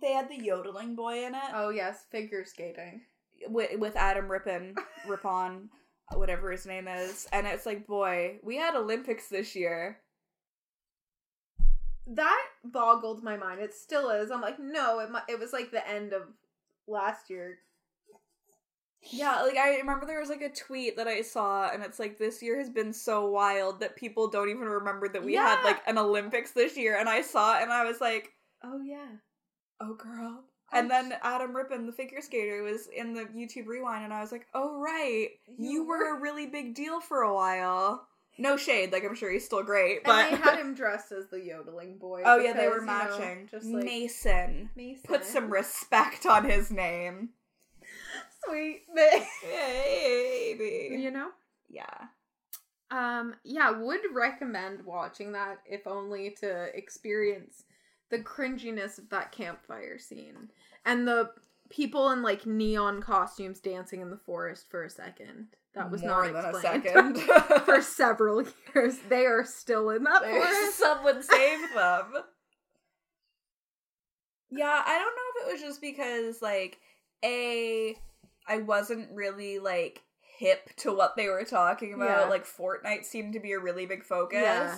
they had the yodeling boy in it Oh yes, figure skating. with, with Adam Rippon, Rippon, whatever his name is, and it's like, boy, we had Olympics this year. That boggled my mind. It still is. I'm like, no, it mu- it was like the end of last year. Yeah, like I remember there was like a tweet that I saw, and it's like this year has been so wild that people don't even remember that we had Yeah. like an Olympics this year. And I saw it, and I was like, Oh yeah. "Oh, girl!" Oh, And then Adam Rippon, the figure skater, was in the YouTube rewind, and I was like, "Oh right, You you, were a really big deal for a while." No shade, like I'm sure he's still great, And but they had him dressed as the yodeling boy. oh yeah, they were because, you know, matching. just like Mason, Mason. put some respect on his name, sweet thing. baby. you know? Yeah. Um, yeah, would recommend watching that if only to experience the cringiness of that campfire scene and the people in like neon costumes dancing in the forest for a second. That was More not than a explained. second. for several years, they are still in that forest. Someone save them. Yeah, I don't know if it was just because like a I wasn't really like hip to what they were talking about. Yeah. Like Fortnite seemed to be a really big focus. Yeah.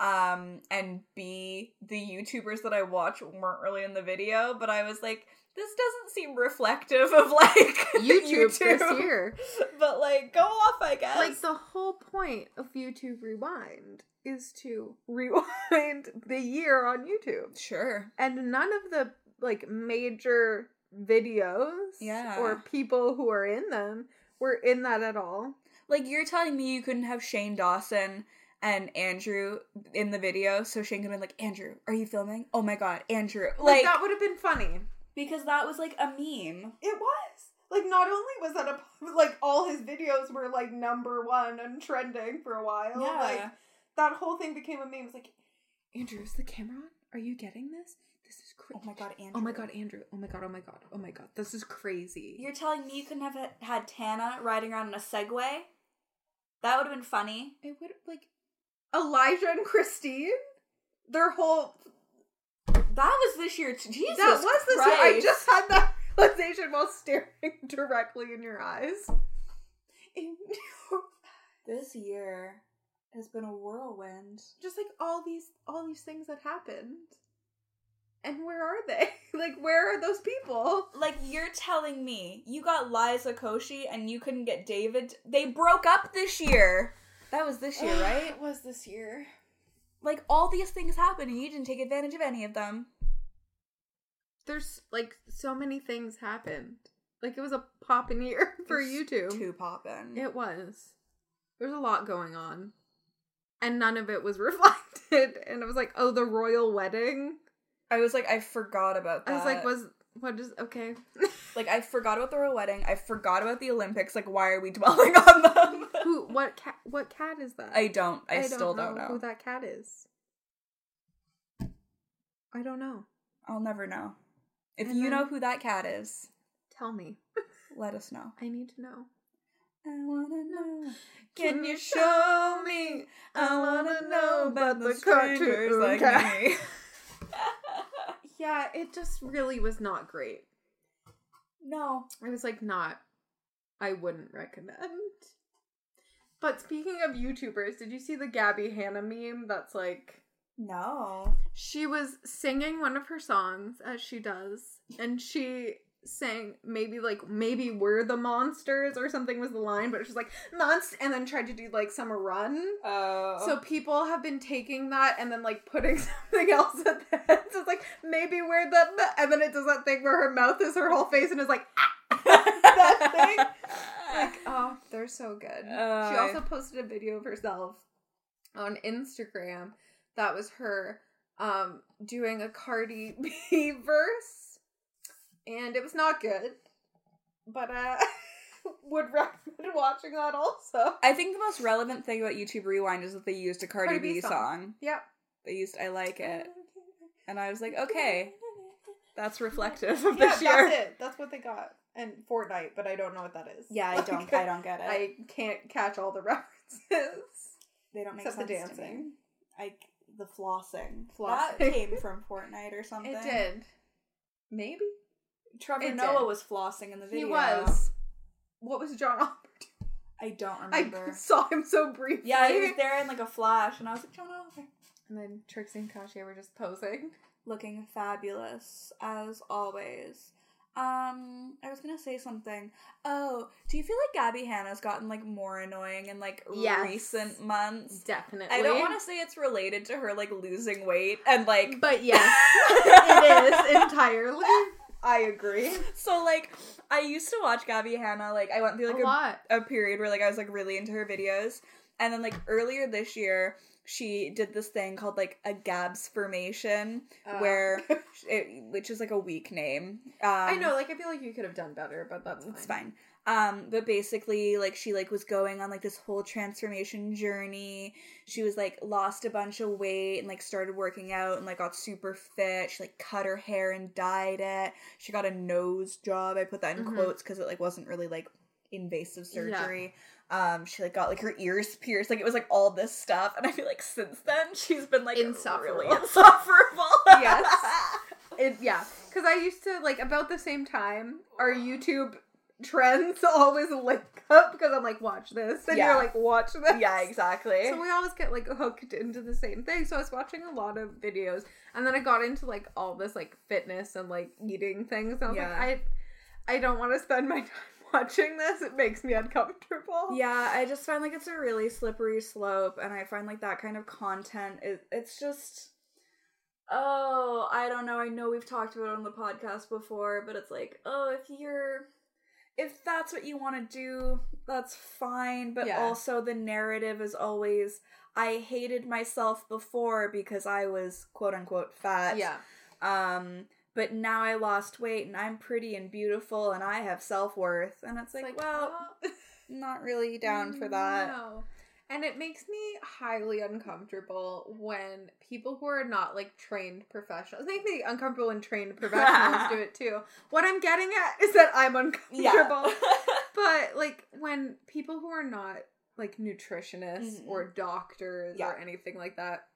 Um and B the YouTubers that I watch weren't really in the video, but I was like this doesn't seem reflective of like YouTube, YouTube. this year. But like go off I guess. Like the whole point of YouTube Rewind is to rewind the year on YouTube. sure. and none of the like major videos Yeah. or people who are in them were in that at all. Like you're telling me you couldn't have Shane Dawson and Andrew in the video, so Shane could have been like, Andrew, are you filming? Oh my god, Andrew. Like, Like, that would have been funny. because that was like a meme. It was. Like not only was that a like all his videos were like number 1 and trending for a while. Yeah. Like that whole thing became a meme. It was like Andrew, is the camera on? Are you getting this? This is crazy. Oh my god, Andrew. Oh my god, Andrew. Oh my god, oh my god. Oh my god. This is crazy. You're telling me you couldn't have had Tana riding around in a Segway? That would have been funny. I would like Elijah and Christine. Their whole That was this year. T- Jesus. that was this. Christ. I just had that realization while staring directly in your eyes. In- This year has been a whirlwind. just like all these all these things that happened, and where are they? Like where are those people? Like you're telling me you got Liza Koshy and you couldn't get David. They broke up this year. That was this year, right? It was this year. like all these things happen and you didn't take advantage of any of them. There's like so many things happened. Like it was a popping year for It's YouTube. Too poppin'. It was. There was a lot going on. And none of it was reflected. And I was like, oh, the royal wedding. I was like, I forgot about that. I was like, was what is okay. like I forgot about the royal wedding. I forgot about the Olympics. Like, why are we dwelling on them? Who what cat what cat is that? I don't. I, still don't know. who that cat is. I don't know. I'll never know. If And you then- know who that cat is, Tell me. let us know. I need to know. I wanna know. Can you show me? I wanna know about the cartoon cat. me. Yeah, it just really was not great. no. I was like, not. I wouldn't recommend. But speaking of YouTubers, did you see the Gabby Hanna meme that's like No. she was singing one of her songs as she does and she sang maybe like maybe we're the monsters or something was the line but she's like monst and then tried to do like some run Oh. so people have been taking that and then like putting something else at the end so it's like maybe we're the and then it does that thing where her mouth is her whole face and is like that thing. like, oh, they're so good. Oh, she I- also posted a video of herself on Instagram that was her um doing a Cardi B verse. And it was not good. But uh would recommend watching that also. I think the most relevant thing about YouTube Rewind is that they used a Cardi, Cardi B B song. song. Yep. They used "I Like It," and I was like, "Okay, that's reflective of Yeah, this year." that's it. That's what they got. And Fortnite, but I don't know what that is. Yeah, I don't, I don't get it. I can't catch all the references. they don't make Except the sense to me. dancing. I the flossing. Flossing. That came from Fortnite or something. It did. Maybe. Trevor It Noah did. was flossing in the He video. was. What was John Oliver? I don't I remember. saw him so briefly. yeah, he was there in like a flash, and I was like, John Oliver, And then Trixie and Katia were just posing. looking fabulous as always. Um, I was gonna say something. Oh, do you feel like Gabby Hanna's gotten like more annoying in like Yes. recent months? Definitely. I don't want to say it's related to her like losing weight and like But yes, it is entirely. I agree. so like I used to watch Gabby Hanna like I went through like a lot. a period where like I was like really into her videos. And then like earlier this year, she did this thing called like a Gabs formation, Uh. where it, which is like a weak name. Um, I know, like, I feel like you could have done better, but that's fine. it's fine. Um, but basically, like she like was going on like this whole transformation journey. She was like lost a bunch of weight and like started working out and like got super fit. She like cut her hair and dyed it. She got a nose job. I put that in Mhm. quotes because it like wasn't really like invasive Yeah. surgery. Um, she like got like her ears pierced. Like it was like all this stuff. And I feel like since then she's been like Insufferable. really insufferable. Yes. It, yeah, because I used to like about the same time. Our YouTube trends always link up because I'm like, watch this, and Yeah. you're like, watch this. yeah, exactly. So we always get like hooked into the same thing. So I was watching a lot of videos, and then I got into like all this like fitness and like eating things. And I was Yeah. like, I, I don't want to spend my time watching this. It makes me uncomfortable. Yeah, I just find like it's a really slippery slope, and I find like that kind of content is it's just oh I don't know. I know we've talked about it on the podcast before, but it's like oh if you're if that's what you want to do, that's fine. But Yeah. also the narrative is always I hated myself before because I was quote unquote fat. yeah. Um. But now I lost weight and I'm pretty and beautiful and I have self worth. And it's like, well, oh. not really down for that. No. And it makes me highly uncomfortable when people who are not like trained professionals it makes me uncomfortable when trained professionals do it too. What I'm getting at is that I'm uncomfortable. but like when people who are not like nutritionists Mhm. or doctors Yeah. or anything like that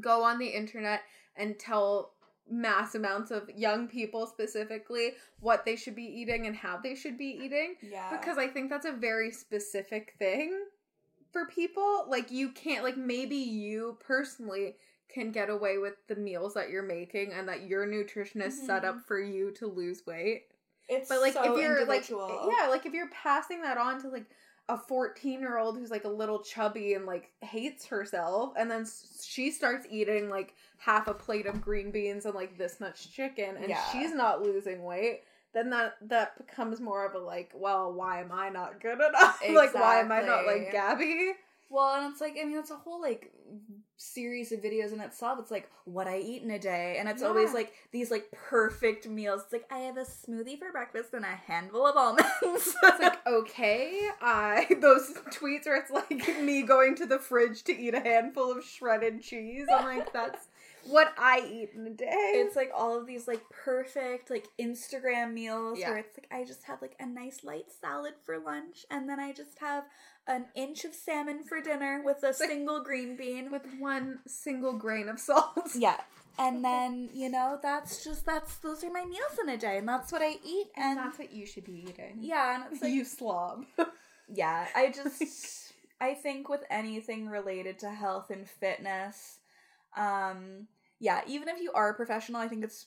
go on the internet and tell mass amounts of young people specifically what they should be eating and how they should be eating Yeah. because I think that's a very specific thing for people. Like you can't like maybe you personally can get away with the meals that you're making and that your nutritionist set Mm-hmm. up for you to lose weight. it's But like so if you're individual. like yeah, like if you're passing that on to like a 14-year-old who's like a little chubby and like hates herself and then s- she starts eating like half a plate of green beans and like this much chicken and Yeah. she's not losing weight then that that becomes more of a like well why am i not good enough like why am i not like Exactly. gabby Well, and it's like I mean, it's a whole like series of videos in itself. It's like what I eat in a day, and it's always Yeah. like these like perfect meals. It's like I have a smoothie for breakfast and a handful of almonds. it's like okay i those tweets where it's like me going to the fridge to eat a handful of shredded cheese i'm like that's what i eat in a day it's like all of these like perfect like Instagram meals Yeah. where it's like I just have like a nice light salad for lunch, and then I just have an inch of salmon for dinner with a single green bean. with one single grain of salt. Yeah. And then, you know, that's just that's those are my meals in a day and that's what I eat and That's what you should be eating. yeah, and it's like you slob. yeah, I just I think with anything related to health and fitness, um yeah, even if you are a professional, I think it's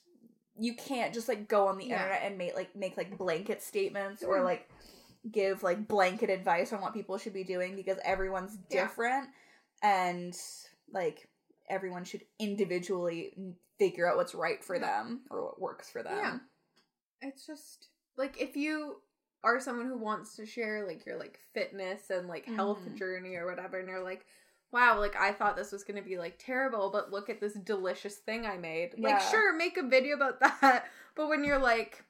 you can't just like go on the Yeah. internet and make like make like blanket statements or Mhm. like give like blanket advice on what people should be doing because everyone's Yeah. different and like everyone should individually figure out what's right for Yeah. them or what works for them. Yeah. It's just like if you are someone who wants to share like your like fitness and like health Mhm. journey or whatever and you're like wow like i thought this was going to be like terrible but look at this delicious thing i made like Yeah. sure make a video about that but when you're like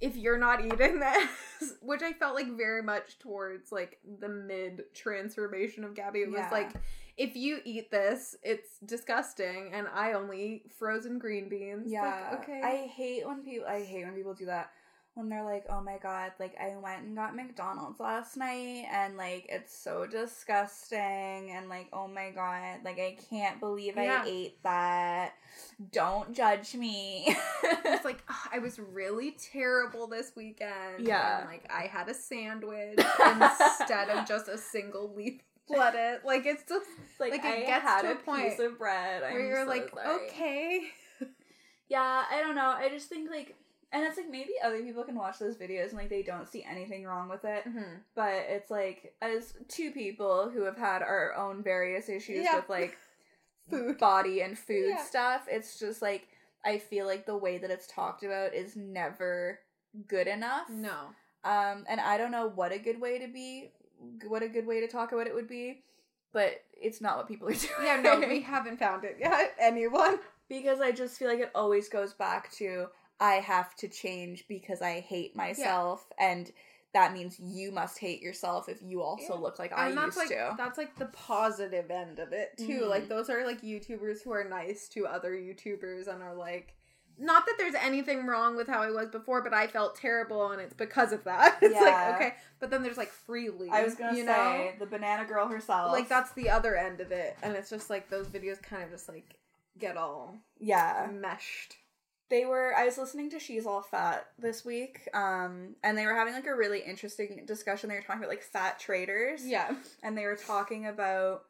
if you're not eating this which i felt like very much towards like the mid transformation of gabby it was Yeah. like if you eat this it's disgusting and i only eat frozen green beans Yeah. like, okay I hate when people. I hate when people do that. When they're like, "Oh my god! Like I went and got McDonald's last night, and like it's so disgusting, and like oh my god! Like I can't believe Yeah. I ate that. Don't judge me." It's like "Ugh, I was really terrible this weekend. Yeah. and, like I had a sandwich instead of just a single leaf of lettuce. Like it's just like, Like, it I gets had to a a point piece of bread. I'm where you're so like, sorry. okay, Yeah, I don't know. I just think like, and it's like maybe other people can watch those videos and like they don't see anything wrong with it. but it's like as two people who have had our own various issues Yeah. with like food. body and food Yeah. stuff it's just like i feel like the way that it's talked about is never good enough No, um and i don't know what a good way to be what a good way to talk about it would be but it's not what people are doing yeah, no, we haven't found it yet. Anyone? because i just feel like it always goes back to i have to change because i hate myself and that means you must hate yourself if you also Yeah. look like i and that's used like to that's like the positive end of it too. Mhm. Like those are like YouTubers who are nice to other YouTubers and are like. Not that there's anything wrong with how I was before, but I felt terrible, and it's because of that. It's Yeah. like okay, but then there's like freely. I was gonna you know? say the banana girl herself. like that's the other end of it and it's just like those videos kind of just like get all yeah. meshed They were. I was listening to She's All Fat this week, um, and they were having like a really interesting discussion. They were talking about like fat traders, yeah and they were talking about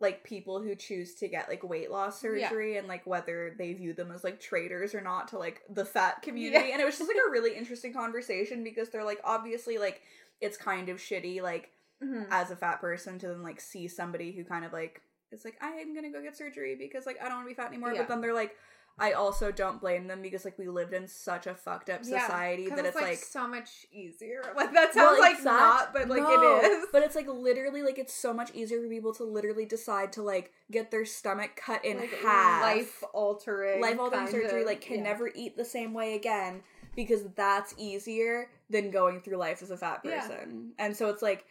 like people who choose to get like weight loss Yeah. surgery and like whether they view them as like traitors or not to like the fat community. Yeah. And it was just like a really interesting conversation because they're like obviously like it's kind of shitty like Mm-hmm. as a fat person to then like see somebody who kind of like it's like I am gonna go get surgery because like I don't want to be fat anymore. Yeah. But then they're like, I also don't blame them because like we lived in such a fucked up Yeah, society 'Cause that it's like. so much easier like that Well, sounds like exact- not but like No, it is But it's like literally like it's so much easier for people to literally decide to like get their stomach cut in Like, half. life altering life altering kind surgery, of- like can yeah. never eat the same way again because that's easier than going through life as a fat Yeah. person. And so it's like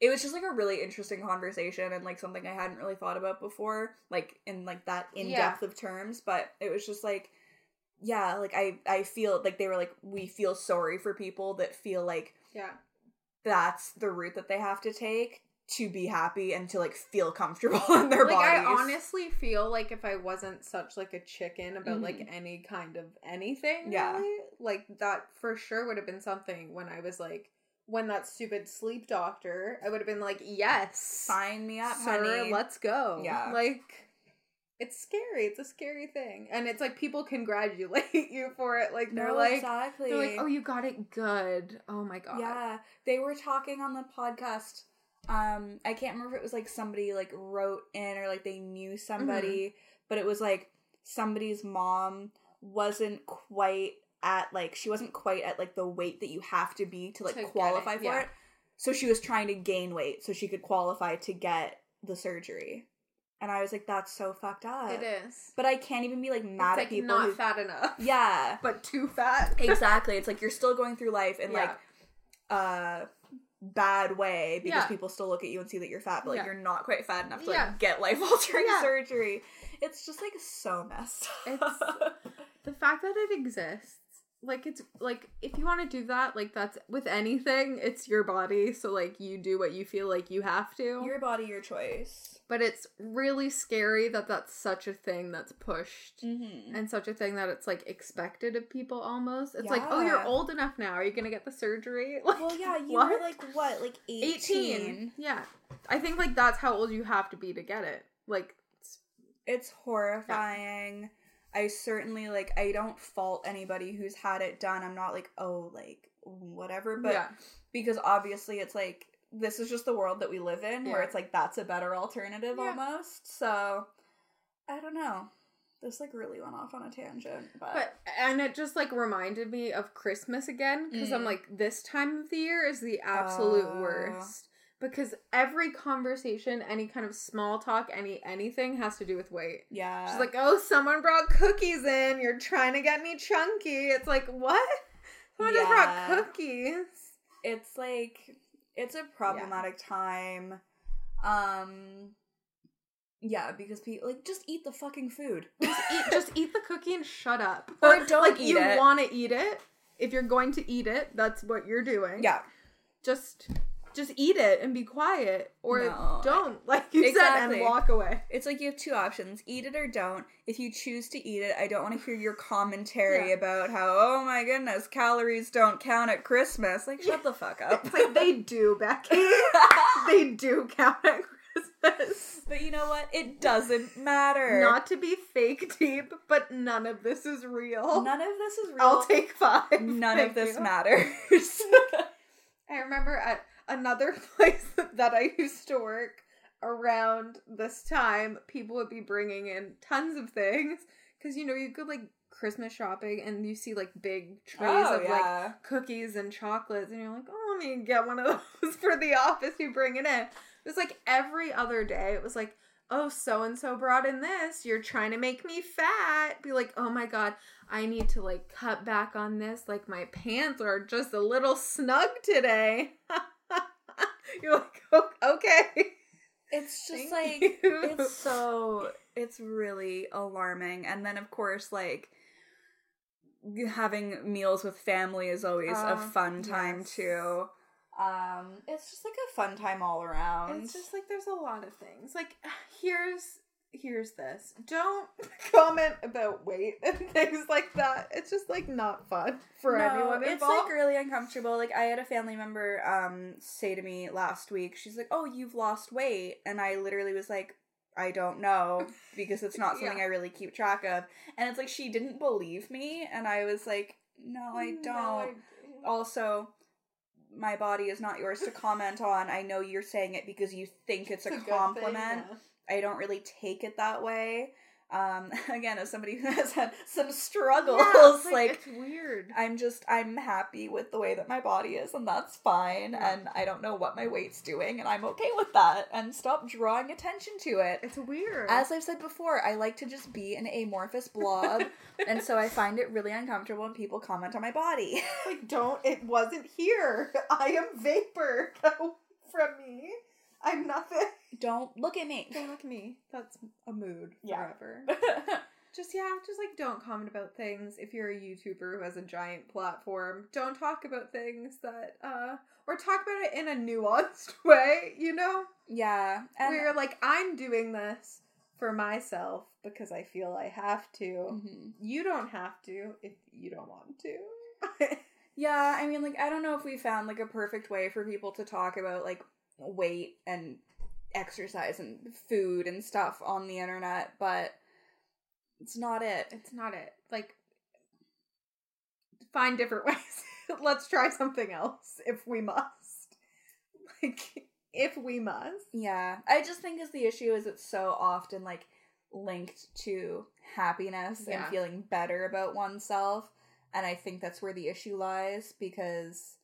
it was just like a really interesting conversation and like something I hadn't really thought about before, like in like that in depth of terms, but it was just like yeah, like I I feel like they were like we feel sorry for people that feel like yeah that's the route that they have to take to be happy and to like feel comfortable in their like bodies. i honestly feel like if i wasn't such like a chicken about like any kind of anything Mm-hmm. Yeah. really, like that for sure would have been something when i was like when that stupid sleep doctor i would have been like yes sign me up, sir honey. let's go Yeah. like it's scary it's a scary thing and it's like people congratulate you for it like they're No, like exactly. they're like oh you got it good oh my god Yeah, they were talking on the podcast. Um, I can't remember if it was like somebody like wrote in or like they knew somebody, but it was like somebody's mom wasn't quite at like she wasn't quite at like the weight that you have to be to like To get it, qualify for yeah. it. So she was trying to gain weight so she could qualify to get the surgery. And I was like, that's so fucked up. it is But I can't even be like mad it's at like people. not who- fat enough Yeah. but too fat Exactly. It's like you're still going through life and like Yeah. uh bad way because Yeah. people still look at you and see that you're fat, but like Yeah. you're not quite fat enough to like Yeah. get life altering Yeah. surgery. It's just like so messed It's- up. the fact that it exists like it's like if you want to do that like that's with anything it's your body so like you do what you feel like you have to your body, your choice. but it's really scary that that's such a thing that's pushed Mm-hmm. and such a thing that it's like expected of people almost it's like oh you're Yeah. old enough now are you gonna get the surgery like Well, yeah, you what? were like what, like 18? 18. yeah i think like that's how old you have to be to get it like it's- It's horrifying. I certainly like I don't fault anybody who's had it done. I'm not like, oh, like whatever, but yeah because obviously it's like this is just the world that we live in where Yeah. it's like that's a better alternative Yeah. almost so i don't know This like really went off on a tangent, but, But and it just like reminded me of Christmas again because I'm Mm. like this time of the year is the absolute Oh. worst because every conversation, any kind of small talk, any anything has to do with weight. yeah, She's like, "Oh, someone brought cookies in. You're trying to get me chunky." It's like, "What? Someone just brought Yeah. cookies." it's like it's a problematic time. Um, yeah, because people like just eat the fucking food. eat, just eat the cookie and shut up. Or don't like eat you it. want to eat it. If you're going to eat it, that's what you're doing. yeah, Just just eat it and be quiet or No. don't like you said Exactly. and walk away. It's like you have two options eat it or don't. If you choose to eat it, I don't want to hear your commentary Yeah. about how, oh my goodness, calories don't count at Christmas. Like, shut the fuck up. It's like they do, Becky. they do count at Christmas. but you know what? It doesn't matter. Not to be fake deep, but none of this is real. None of this is real. I'll take five. None Thank of this you. matters. I remember at another place that I used to work around this time, people would be bringing in tons of things because you know you go like Christmas shopping and you see like big trays Oh, of like cookies and chocolates and you're like, oh, let me get one of those for the office. You bring it in. It was like every other day. It was like. Oh, so and so brought in this. You're trying to make me fat. Be like, oh my god, I need to like cut back on this. Like my pants are just a little snug today. You're like, "O- okay. It's just Thank like, you." it's so, it's really alarming. And then, of course, like, having meals with family is always a Uh, fun time, yes. too. Um, it's just like a fun time all around. It's just like there's a lot of things. Like here's here's this. Don't comment about weight and things like that. It's just like not fun for No, anyone it's involved. like really uncomfortable. Like I had a family member um say to me last week, she's like, "Oh, you've lost weight," and I literally was like, "I don't know because it's not something Yeah. I really keep track of." And it's like she didn't believe me, and I was like, "No, I don't." No, I- Also, my body is not yours to comment on. I know you're saying it because you think it's, It's a good thing, compliment. yeah. I don't really take it that way. Um, again, as somebody who has had some struggles, Yeah, it's like it's weird. I'm just I'm happy with the way that my body is and that's fine Yeah. and I don't know what my weight's doing and I'm okay with that and stop drawing attention to it. It's weird. As I've said before, I like to just be an amorphous blob and so I find it really uncomfortable when people comment on my body. like don't it wasn't here. I am vapor. Go from me. I'm nothing. Don't look at me. Don't look at me. That's a mood Yeah. forever. just yeah, just like don't comment about things if you're a YouTuber who has a giant platform. Don't talk about things that uh or talk about it in a nuanced way, you know? yeah. we And Where you're like, I'm doing this for myself because I feel I have to. Mhm. You don't have to if you don't want to. Yeah, I mean like I don't know if we found like a perfect way for people to talk about like weight and exercise and food and stuff on the internet, but it's not it. it's not it. Like find different ways. Let's try something else if we must. Like if we must. Yeah, I just think is the issue is it's so often like linked to happiness Yeah. and feeling better about oneself, and I think that's where the issue lies because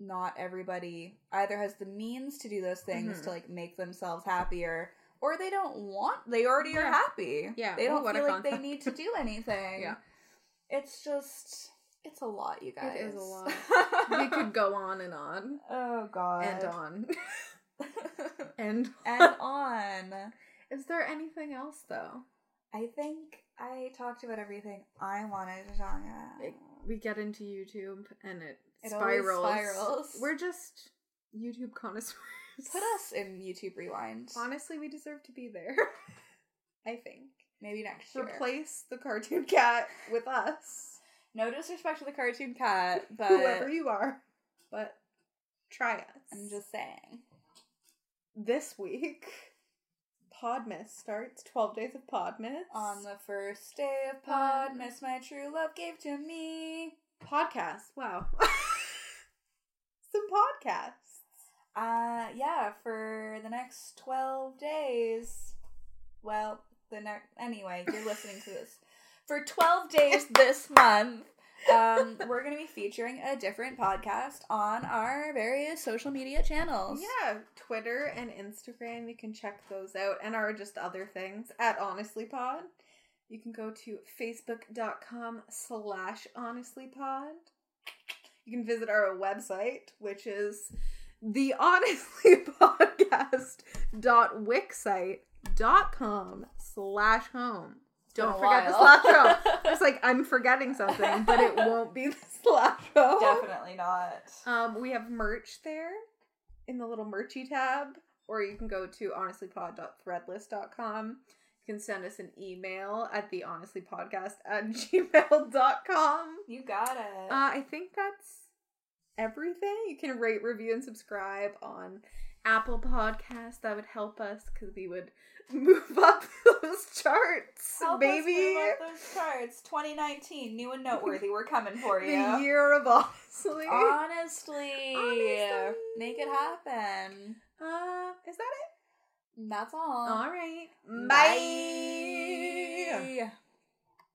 not everybody either has the means to do those things Mhm. to like make themselves happier or they don't want they already are Yeah. happy. Yeah. They Oh, don't what a feel like they concept. need to do anything. Yeah. It's just it's a lot, you guys. is a lot. we could go on and on oh god. and on and and on. is there anything else though I think I talked about everything I wanted to talk about. Like, we get into youtube and it, It always spirals. spirals. we're just youtube connoisseurs Put us in YouTube Rewind. honestly we deserve to be there i think Maybe next year. replace the cartoon cat with us no disrespect to the cartoon cat, but whoever you are but try us I'm just saying. this week podmas starts 12 days of podmas On the first day of Podmas, my true love gave to me. podcasts. Wow. Some podcasts. Uh, yeah, for the next 12 days. Well, the next. Anyway, you're listening to this for 12 days this month. Um, we're going to be featuring a different podcast on our various social media channels. Yeah, Twitter and Instagram. You can check those out and our just other things at HonestlyPod. You can go to facebook.com slash honestlypod. You can visit our website, which is the honestlypodcast.wixsite.com slash home. been Don't a forget the while. slash home. It's like I'm forgetting something, but it won't be the slash home. Definitely not. Um, we have merch there in the little merchy tab, or you can go to honestlypod.threadless.com. You can send us an email at the honestlypodcast at gmail.com. You got Uh, it. I think that's everything. You can rate, review, and subscribe on Apple Podcasts. That would help us because we would move up those charts, Help us baby. move up those charts. 2019, new and noteworthy. We're coming for you. The year of honestly. Honestly, Honestly. make it happen. Uh, is that it? Dạ vâng. That's all. All right. Bye. Bye.